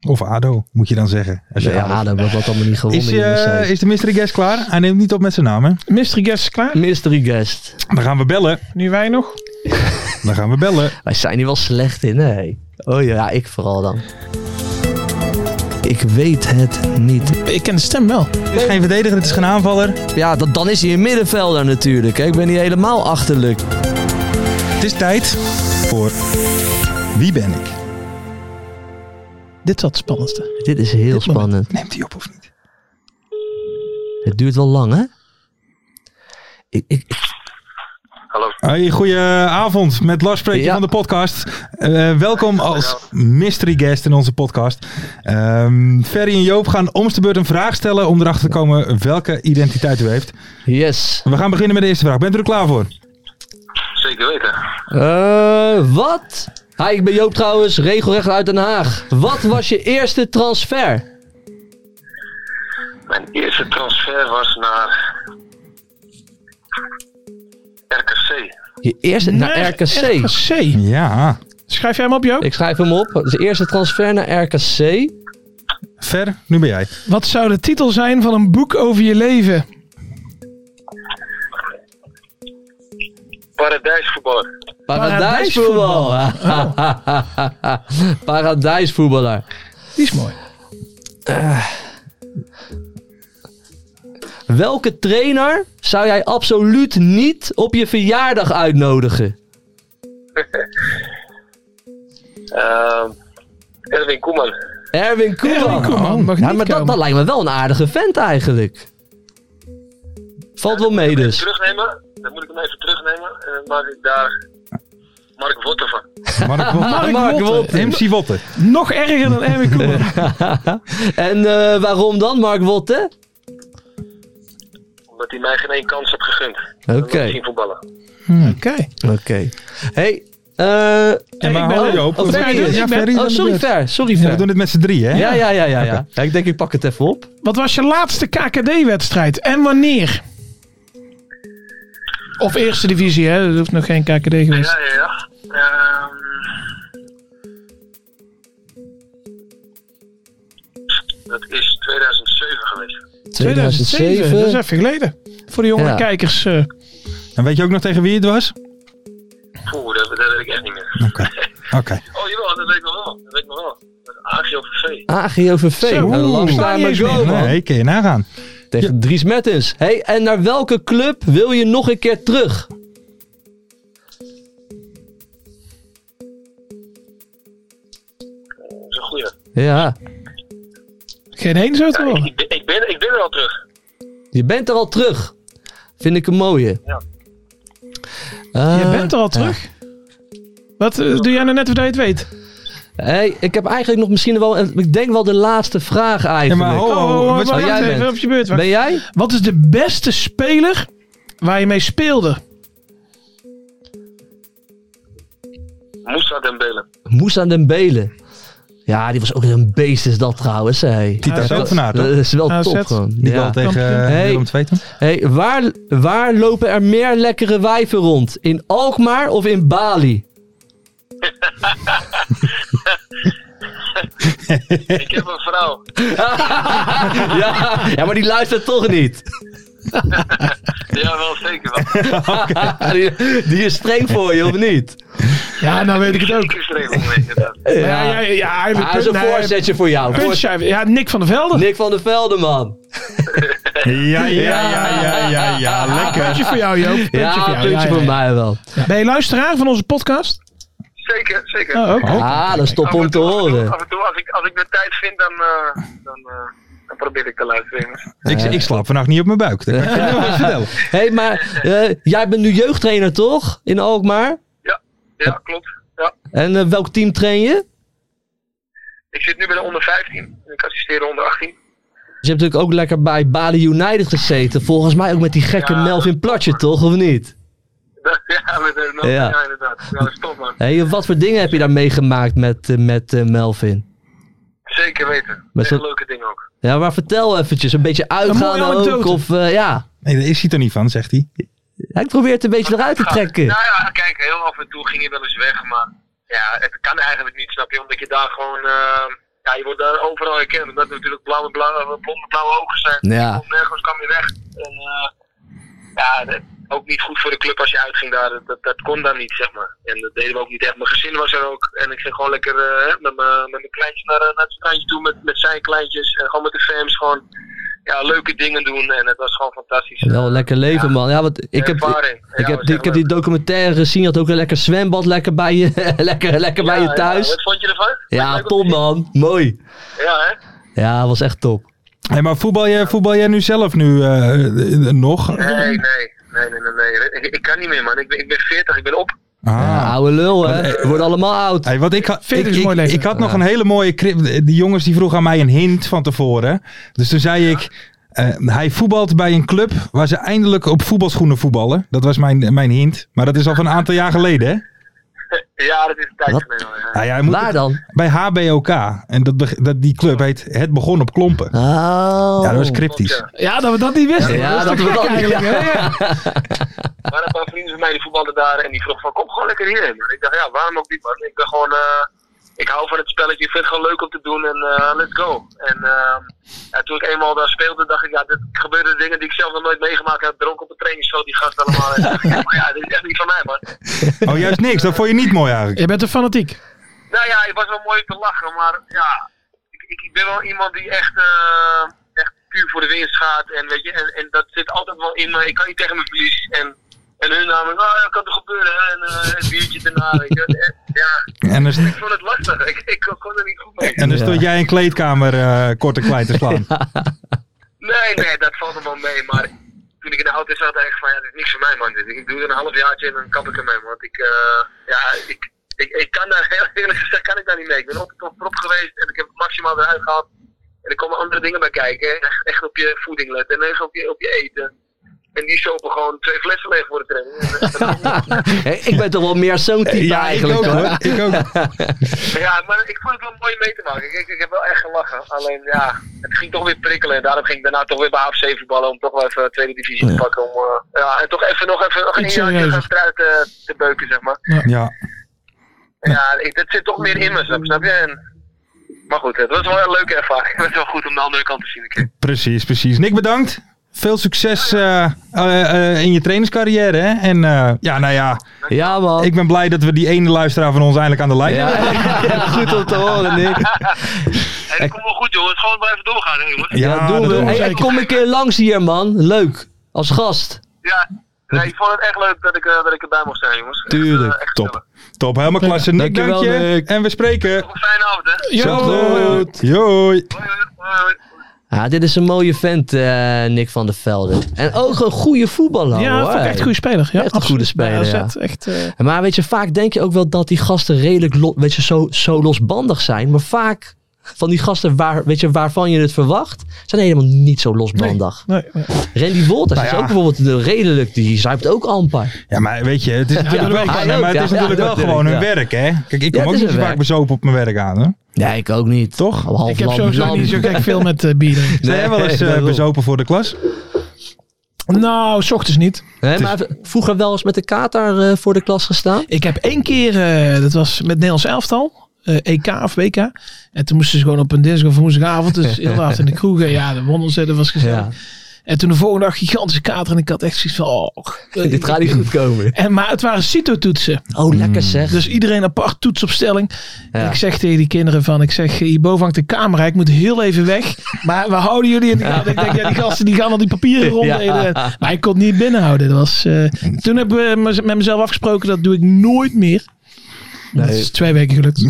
[SPEAKER 4] Of ADO, moet je dan zeggen. Als je
[SPEAKER 5] Ja,
[SPEAKER 4] ADO.
[SPEAKER 5] ADO wordt dat allemaal niet
[SPEAKER 4] Is,
[SPEAKER 5] gewonnen.
[SPEAKER 4] eh,
[SPEAKER 5] jongens,
[SPEAKER 4] is de mystery guest klaar? Hij neemt niet op met zijn naam, hè?
[SPEAKER 6] Mystery Guest is klaar.
[SPEAKER 5] hè. Mystery guest.
[SPEAKER 4] Dan gaan we bellen.
[SPEAKER 6] Nu wij nog.
[SPEAKER 4] Dan gaan we bellen.
[SPEAKER 5] Wij zijn hier wel slecht in, hè. Oh ja, ik vooral dan. Ik weet het niet.
[SPEAKER 6] Ik ken de stem wel.
[SPEAKER 4] Het is geen verdediger, het is geen aanvaller.
[SPEAKER 5] Ja, dat, dan is hij een middenvelder natuurlijk. Hè. Ik ben niet helemaal achterlijk.
[SPEAKER 4] Het is tijd voor Wie ben ik?
[SPEAKER 6] Dit is wel het spannendste.
[SPEAKER 5] Dit is heel
[SPEAKER 6] Dit moment.
[SPEAKER 5] spannend.
[SPEAKER 4] Neemt hij op of niet?
[SPEAKER 5] Het duurt wel lang, hè? Ik, ik,
[SPEAKER 4] Hey, goedenavond met Lars Spreker
[SPEAKER 5] Ja.
[SPEAKER 4] van de podcast. Eh, welkom als mystery guest in onze podcast. Ehm Ferry en Joop gaan om de beurt een vraag stellen om erachter te komen welke identiteit u heeft.
[SPEAKER 5] yes.
[SPEAKER 4] We gaan beginnen met de eerste vraag. Bent u er klaar voor?
[SPEAKER 7] Zeker weten.
[SPEAKER 5] Eh, wat? Hi, ik ben Joop trouwens, regelrecht uit Den Haag. Wat was je eerste transfer?
[SPEAKER 7] Mijn eerste transfer was naar RKC.
[SPEAKER 5] Je eerste naar
[SPEAKER 6] Nee,
[SPEAKER 5] RKC.
[SPEAKER 6] RKC.
[SPEAKER 4] Ja.
[SPEAKER 6] Schrijf jij hem op, Joop?
[SPEAKER 5] Ik schrijf hem op. Zijn eerste transfer naar RKC.
[SPEAKER 4] Fer, nu ben jij.
[SPEAKER 6] Wat zou de titel zijn van een boek over je leven?
[SPEAKER 7] Paradijsvoetbal.
[SPEAKER 5] Paradijsvoetbal. Paradijsvoetballer.
[SPEAKER 6] Die is mooi.
[SPEAKER 5] Welke trainer zou jij absoluut niet op je verjaardag uitnodigen?
[SPEAKER 7] Ehm Erwin Koeman.
[SPEAKER 5] Erwin Koeman.
[SPEAKER 6] Erwin Koeman mag
[SPEAKER 5] Ja,
[SPEAKER 6] niet
[SPEAKER 5] maar dat,
[SPEAKER 6] komen.
[SPEAKER 5] dat lijkt me wel een aardige vent eigenlijk. Valt wel mee dus.
[SPEAKER 7] Terugnemen. Dan moet ik hem even terugnemen. En dan maak ik daar Mark Wotten van.
[SPEAKER 4] Mark Wotten.
[SPEAKER 6] Mark
[SPEAKER 5] Mark
[SPEAKER 6] Wotten.
[SPEAKER 5] Wotten.
[SPEAKER 4] MC Wotten.
[SPEAKER 6] Nog erger dan Erwin Koeman.
[SPEAKER 5] En eh, waarom dan, Mark Wotte?
[SPEAKER 7] Omdat hij mij geen één kans heeft gegund.
[SPEAKER 5] Oké.
[SPEAKER 7] Om te zien voetballen.
[SPEAKER 6] Oké.
[SPEAKER 5] Oké. Hey, eh,
[SPEAKER 4] En maar
[SPEAKER 6] ik ben
[SPEAKER 4] hallo
[SPEAKER 6] er.
[SPEAKER 4] Joop.
[SPEAKER 5] Oh, Ferry is.
[SPEAKER 4] Ja, Ferry is
[SPEAKER 5] oh,
[SPEAKER 4] aan de
[SPEAKER 5] sorry
[SPEAKER 4] beurt.
[SPEAKER 5] Fer, sorry
[SPEAKER 4] Ja, we
[SPEAKER 5] Fer.
[SPEAKER 4] doen dit met z'n drieën, hè?
[SPEAKER 5] Ja, ja, ja, ja, ja. ja. Ik denk ik pak het even op.
[SPEAKER 6] Wat was je laatste KKD-wedstrijd en wanneer? Of eerste divisie, hè? Dat hoeft nog geen KKD geweest.
[SPEAKER 5] Dus-
[SPEAKER 7] Ja, ja, ja. Ehm dat is 2007 geweest.
[SPEAKER 5] 2007.
[SPEAKER 6] Dat is even geleden. Voor de jonge
[SPEAKER 5] Ja.
[SPEAKER 6] kijkers. eh,
[SPEAKER 4] En weet je ook nog tegen wie het was?
[SPEAKER 7] Oeh, dat, dat weet ik echt niet meer.
[SPEAKER 4] Oké.
[SPEAKER 7] Oh jawel, dat weet ik nog wel. Dat weet ik nog wel. Dat is Agio VV VVV.
[SPEAKER 5] AGOVV.
[SPEAKER 6] Zo,
[SPEAKER 5] Een
[SPEAKER 6] oeh,
[SPEAKER 5] lange
[SPEAKER 6] sta niet
[SPEAKER 5] time
[SPEAKER 6] eens
[SPEAKER 5] ago,
[SPEAKER 6] meer.
[SPEAKER 5] man.
[SPEAKER 4] Nee, kun je nagaan.
[SPEAKER 5] Tegen Dries Mertens. Hey, en naar welke club wil je nog een keer terug?
[SPEAKER 7] Dat is een goeie.
[SPEAKER 5] Ja,
[SPEAKER 6] Geen één zo te
[SPEAKER 7] Ja, ik,
[SPEAKER 6] horen.
[SPEAKER 7] ik, ben- ik, ben, ik ben er al terug.
[SPEAKER 5] je bent er al terug. Vind ik een mooie.
[SPEAKER 7] Ja.
[SPEAKER 6] Je
[SPEAKER 5] Eh,
[SPEAKER 6] bent er al
[SPEAKER 5] ja.
[SPEAKER 6] terug. Wat eh, doe jij nou net of dat je het weet?
[SPEAKER 5] Hey, ik heb eigenlijk nog misschien wel, ik denk wel de laatste vraag
[SPEAKER 4] Ja,
[SPEAKER 5] eigenlijk.
[SPEAKER 4] maar ho,
[SPEAKER 6] Oh,
[SPEAKER 4] ho,
[SPEAKER 6] oh,
[SPEAKER 4] wat-
[SPEAKER 6] wacht
[SPEAKER 5] jij
[SPEAKER 6] even,
[SPEAKER 5] bent?
[SPEAKER 6] op je beurt. wacht.
[SPEAKER 5] ben jij?
[SPEAKER 6] Wat is de beste speler waar je mee speelde?
[SPEAKER 7] Moussa Dembele.
[SPEAKER 5] Moussa Dembele. Ja, die was ook een beest is dat trouwens. Hey.
[SPEAKER 4] Tita
[SPEAKER 6] AZ.
[SPEAKER 4] Tovenaar,
[SPEAKER 5] Dat
[SPEAKER 4] toch?
[SPEAKER 5] is wel
[SPEAKER 6] AZ.
[SPEAKER 5] top gewoon.
[SPEAKER 4] Die
[SPEAKER 5] Ja.
[SPEAKER 4] bal tegen eh,
[SPEAKER 5] Hey.
[SPEAKER 4] Willem II toen.
[SPEAKER 5] Hey, waar, waar lopen er meer lekkere wijven rond? In Alkmaar of in Bali?
[SPEAKER 7] Ik heb een vrouw.
[SPEAKER 5] ja, ja, maar die luistert toch niet.
[SPEAKER 7] Ja, wel zeker wel.
[SPEAKER 5] die, die is streng voor je, of niet?
[SPEAKER 6] Ja, nou weet ik het ook.
[SPEAKER 7] Ik is er even mee, inderdaad.
[SPEAKER 5] Ja,
[SPEAKER 6] Ja, ja, ja, hij heeft een
[SPEAKER 5] Hij is een
[SPEAKER 6] punt. Nee,
[SPEAKER 5] voorzetje voor jou.
[SPEAKER 6] puntje.
[SPEAKER 5] Voor
[SPEAKER 6] Ja, Nick van der Velde.
[SPEAKER 5] Nick van der Velde, man.
[SPEAKER 4] Ja, ja, ja, ja, ja, ja, lekker.
[SPEAKER 6] Puntje voor jou, Joop. Puntje
[SPEAKER 5] ja,
[SPEAKER 6] voor jou.
[SPEAKER 5] puntje
[SPEAKER 6] Ja, ja,
[SPEAKER 5] voor
[SPEAKER 6] ja.
[SPEAKER 5] mij wel.
[SPEAKER 6] Ben je luisteraar van onze podcast?
[SPEAKER 7] Zeker, zeker.
[SPEAKER 6] Oh, ook.
[SPEAKER 5] ah, dat is top
[SPEAKER 7] Af en
[SPEAKER 5] om te
[SPEAKER 7] toe- af en toe-
[SPEAKER 5] horen.
[SPEAKER 7] Af en toe, als ik, als ik de tijd vind, dan, eh, dan, eh, dan probeer ik te luisteren. jongens.
[SPEAKER 4] Eh, Ik, ik slaap vannacht niet op mijn buik. Dat kan ik je wel eens vertellen.
[SPEAKER 5] Hé, hey, maar eh, jij bent nu jeugdtrainer, toch? In Alkmaar.
[SPEAKER 7] Ja, klopt. Ja.
[SPEAKER 5] En eh, welk team train je?
[SPEAKER 7] Ik zit nu bij de onder 15 en ik assisteer de onder 18.
[SPEAKER 5] Dus je hebt natuurlijk ook lekker bij Bali United gezeten. Volgens mij ook met die gekke
[SPEAKER 7] Ja,
[SPEAKER 5] Melvin Platje, toch? Of niet?
[SPEAKER 7] ja, met de, nou,
[SPEAKER 5] Ja.
[SPEAKER 7] ja. inderdaad. Ja, dat is top, man.
[SPEAKER 5] Hey, wat voor dingen heb je daar meegemaakt met, eh, met eh, Melvin?
[SPEAKER 7] Zeker weten.
[SPEAKER 5] Maar
[SPEAKER 7] Hele
[SPEAKER 5] is dat-
[SPEAKER 7] leuke dingen ook.
[SPEAKER 5] Ja, maar vertel eventjes. Een beetje uitgaan
[SPEAKER 6] mooie
[SPEAKER 5] ook.
[SPEAKER 6] anekdote.
[SPEAKER 5] Of eh, ja,
[SPEAKER 4] Nee, daar is hij er niet van, zegt hij.
[SPEAKER 5] hij probeert een beetje eruit te
[SPEAKER 7] Ja,
[SPEAKER 5] trekken.
[SPEAKER 7] Nou ja, kijk, heel af en toe ging je wel eens weg, maar ja, het kan eigenlijk niet, snap je? Omdat je daar gewoon, eh, ja, je wordt daar overal herkend. Omdat er natuurlijk blauwe, blauwe, blonde, blauwe ogen zijn.
[SPEAKER 5] Ja.
[SPEAKER 7] Op nergens kwam je weg. En eh, ja, dat- ook niet goed voor de club als je uitging daar. Dat, dat, dat kon dan niet, zeg maar. En dat deden we ook niet echt. Mijn gezin was er ook. En ik ging gewoon lekker eh, met mijn met mijn kleintjes naar, eh, naar het strandje toe. Met, met zijn kleintjes. En gewoon met de fams. Gewoon ja, leuke dingen doen. En het was gewoon fantastisch. eh,
[SPEAKER 5] Wel een lekker leven, man. Ja, want ik heb,
[SPEAKER 7] Ervaring.
[SPEAKER 5] ik,
[SPEAKER 7] Ja,
[SPEAKER 5] heb,
[SPEAKER 7] was
[SPEAKER 5] die-
[SPEAKER 7] echt
[SPEAKER 5] ik heb die documentaire gezien. Je had ook een lekker zwembad lekker bij je, lekker, lekker bij je
[SPEAKER 7] Ja, ja,
[SPEAKER 5] thuis.
[SPEAKER 7] wat vond je ervan?
[SPEAKER 5] Ja,
[SPEAKER 7] Leuk om
[SPEAKER 5] top,
[SPEAKER 7] te zien.
[SPEAKER 5] man. Mooi.
[SPEAKER 7] Ja, hè?
[SPEAKER 5] Ja, was echt top.
[SPEAKER 4] Hey, maar voetbal jij, voetbal jij nu zelf nu eh, eh, eh, nog?
[SPEAKER 7] Nee, nee. Nee, nee, nee. nee. Ik, ik kan niet meer, man. Ik ben, ik ben 40, ik ben op.
[SPEAKER 5] Ja,
[SPEAKER 4] Ah.
[SPEAKER 5] oude lul, hè. We worden allemaal oud.
[SPEAKER 4] Hey, wat ik, had-
[SPEAKER 6] Vind
[SPEAKER 4] ik,
[SPEAKER 6] ik dus
[SPEAKER 4] ik-
[SPEAKER 6] mooi leven.
[SPEAKER 4] ik had nog een hele mooie... crypt- Die jongens die vroegen aan mij een hint van tevoren. Dus toen zei ik... eh, hij voetbalt bij een club waar ze eindelijk op voetbalschoenen voetballen. Dat was mijn, mijn hint. Maar dat is al van een aantal jaar geleden, hè?
[SPEAKER 7] Ja, dat is een tijd
[SPEAKER 5] Wat? Ah,
[SPEAKER 7] geleden. al, ja.
[SPEAKER 4] Nou ja, hij moet
[SPEAKER 5] Waar dan?
[SPEAKER 4] Bij HBOK. En dat, beg- dat, die club heet Het Begon op Klompen.
[SPEAKER 5] Oh.
[SPEAKER 4] Ja, dat was
[SPEAKER 7] Klopt,
[SPEAKER 4] cryptisch.
[SPEAKER 7] ja.
[SPEAKER 6] Ja, dat we dat niet wisten.
[SPEAKER 5] Ja,
[SPEAKER 6] dat, is
[SPEAKER 5] dat
[SPEAKER 6] toch
[SPEAKER 5] we
[SPEAKER 6] gek
[SPEAKER 5] dat-
[SPEAKER 6] eigenlijk. hè? Ja.
[SPEAKER 7] Maar een paar vrienden van mij die voetbalden daar en die vroegen van kom gewoon lekker hierheen. man. Ik dacht ja, waarom ook niet man. Ik ben gewoon, eh, ik hou van het spelletje, ik vind het gewoon leuk om te doen en eh, let's go. En ehm, ja, toen ik eenmaal daar speelde dacht ik ja, dit gebeurden dingen die ik zelf nog nooit meegemaakt heb. Dronk op een trainingsveld, die gasten allemaal. En dacht ik, ja, maar ja, dit is echt niet van mij man.
[SPEAKER 4] Oh, juist niks. Dat vond je niet mooi eigenlijk.
[SPEAKER 6] Je bent een fanatiek.
[SPEAKER 7] Nou ja, het was wel mooi om te lachen, maar ja, ik, ik, ik ben wel iemand die echt, eh, echt puur voor de winst gaat. En, weet je, en, en dat zit altijd wel in me. Ik kan niet tegen mijn verlies. En, en hun namelijk, ah, dat kan toch gebeuren. hè, En eh, een biertje daarna. Weet je. En, ja,
[SPEAKER 4] En dan,
[SPEAKER 7] ik vond het lastig. Ik, ik kon er niet goed mee.
[SPEAKER 4] en dan
[SPEAKER 5] Ja.
[SPEAKER 4] stond jij in kleedkamer eh, kort en klein te slaan.
[SPEAKER 7] Nee, nee, dat valt er wel mee. Maar toen ik in de auto zat, dacht ik van ja, dit is niks voor mij, man. Dit- Ik doe er een half jaartje en dan kap ik ermee. Want ik, eh, ja, ik, ik, ik kan daar, heel eerlijk gezegd, kan ik daar niet mee. Ik ben op top prop geweest en ik heb het maximaal eruit gehaald. En er komen andere dingen bij kijken. hè. Echt, echt op je voeding letten en echt op je, op je eten. En die sopen gewoon twee flessen leeg voor de training. En, eh,
[SPEAKER 5] Hé, ik ben toch wel meer zo'n type eigenlijk.
[SPEAKER 4] ik ook
[SPEAKER 5] hoor.
[SPEAKER 4] hoor. Ik ook.
[SPEAKER 7] ja, maar ik vond het wel mooi mee te maken. Ik, ik heb wel echt gelachen. Alleen ja, het ging toch weer prikkelen. En daarom ging ik daarna toch weer bij HFC voetballen. Om toch wel even tweede divisie te pakken. Om, eh, ja, en toch even nog even nog een
[SPEAKER 6] Iets
[SPEAKER 7] jaartje
[SPEAKER 6] serieuzer.
[SPEAKER 7] gaan eruit eh, te beuken, zeg maar.
[SPEAKER 4] Ja.
[SPEAKER 7] Ja, ik, dat zit toch meer in me, snap, snap je? En, maar goed, het was wel een leuke ervaring. Het was wel goed om de andere kant te zien. een keer.
[SPEAKER 4] Precies, precies. Nick, bedankt. Veel succes eh, eh, eh, in je trainerscarrière. Hè? En eh, ja, nou ja,
[SPEAKER 5] Ja, man.
[SPEAKER 4] ik ben blij dat we die ene luisteraar van ons eindelijk aan de lijn hebben.
[SPEAKER 5] Ja, goed om te horen, Nick.
[SPEAKER 7] Hé, Hey, dat komt wel goed, jongens. Gewoon maar even doorgaan, hè, jongens.
[SPEAKER 4] Ja,
[SPEAKER 6] Ja, doen
[SPEAKER 4] dat
[SPEAKER 6] we.
[SPEAKER 4] doen we.
[SPEAKER 5] Hey, en kom een keer langs hier, man. Leuk. Als gast.
[SPEAKER 7] Ja, nee, ik vond het echt leuk dat ik, eh, dat ik erbij mocht zijn, jongens. Echt,
[SPEAKER 5] Tuurlijk,
[SPEAKER 7] eh, echt
[SPEAKER 4] Top.
[SPEAKER 7] gezellig.
[SPEAKER 4] Top, helemaal klasse. Nick, dank
[SPEAKER 5] Dankjewel,
[SPEAKER 4] je.
[SPEAKER 5] Nick.
[SPEAKER 4] En we spreken.
[SPEAKER 7] Een fijne avond, hè.
[SPEAKER 6] Yo.
[SPEAKER 4] Joi.
[SPEAKER 7] Hoi, hoi, hoi, hoi.
[SPEAKER 5] Ja, dit is een mooie vent, eh, Nick van der Velde. En ook een goede voetballer.
[SPEAKER 6] Ja,
[SPEAKER 5] Nou, hoor.
[SPEAKER 6] vond ik echt een goede speler. Ja,
[SPEAKER 5] Echt een goede speler,
[SPEAKER 6] Bij AZ,
[SPEAKER 5] ja.
[SPEAKER 6] Echt, eh,
[SPEAKER 5] Maar weet je, vaak denk je ook wel dat die gasten redelijk lo- weet je, zo, zo losbandig zijn. Maar vaak van die gasten waar, weet je, waarvan je het verwacht, zijn helemaal niet zo losbandig.
[SPEAKER 6] nee, nee.
[SPEAKER 5] Randy Wolters
[SPEAKER 4] Nou
[SPEAKER 5] is
[SPEAKER 4] ja.
[SPEAKER 5] ook bijvoorbeeld redelijk, die zuipt ook amper.
[SPEAKER 4] Ja, maar weet je, het is natuurlijk,
[SPEAKER 5] dat
[SPEAKER 4] wel,
[SPEAKER 5] weet ik.
[SPEAKER 4] nee, maar het
[SPEAKER 5] Ja,
[SPEAKER 4] is
[SPEAKER 5] ja,
[SPEAKER 4] natuurlijk wel
[SPEAKER 5] dat
[SPEAKER 4] gewoon hun
[SPEAKER 5] natuurlijk,
[SPEAKER 4] werk, hè? Kijk, ik kom
[SPEAKER 5] Ja, het
[SPEAKER 4] ook niet
[SPEAKER 5] is
[SPEAKER 4] zo
[SPEAKER 5] hun
[SPEAKER 4] vaak
[SPEAKER 5] werk.
[SPEAKER 4] bezopen op mijn werk aan, hè?
[SPEAKER 5] Nee, ik ook niet.
[SPEAKER 4] Toch?
[SPEAKER 5] Al Half
[SPEAKER 6] Ik heb
[SPEAKER 5] lam-
[SPEAKER 6] sowieso
[SPEAKER 5] lam-
[SPEAKER 6] niet zo gek veel met eh bier. drinken.
[SPEAKER 4] Zijn jij wel eens eh,
[SPEAKER 5] Nee, daarom.
[SPEAKER 4] bezopen voor de klas?
[SPEAKER 6] Nou, s ochtends niet.
[SPEAKER 5] Nee, maar vroeger wel eens met de kater eh, voor de klas gestaan.
[SPEAKER 6] Ik heb één keer, eh, dat was met Nederlands elftal, eh, EK of WK. En toen moesten ze gewoon op een dinsdag of woensdagavond, dus heel laat in de kroeg. En ja, de wonnen ze, dat was gezellig.
[SPEAKER 5] Ja.
[SPEAKER 6] En toen de volgende dag gigantische kater en ik had echt zoiets van, oh. eh,
[SPEAKER 5] Dit gaat niet goed komen.
[SPEAKER 6] En, maar het waren CITO-toetsen.
[SPEAKER 5] Oh, lekker zeg.
[SPEAKER 6] Dus iedereen apart, toetsopstelling.
[SPEAKER 5] Ja.
[SPEAKER 6] En ik zeg tegen die kinderen van, ik zeg, hierboven hangt de camera, ik moet heel even weg. Maar we houden jullie in de gaten. Ik denk, ja, die gasten die gaan al die papieren rondleden.
[SPEAKER 5] Ja.
[SPEAKER 6] Maar ik kon het niet binnenhouden. Dat was, eh, toen hebben we mez- met mezelf afgesproken, dat doe ik nooit meer. Dat is twee weken gelukt.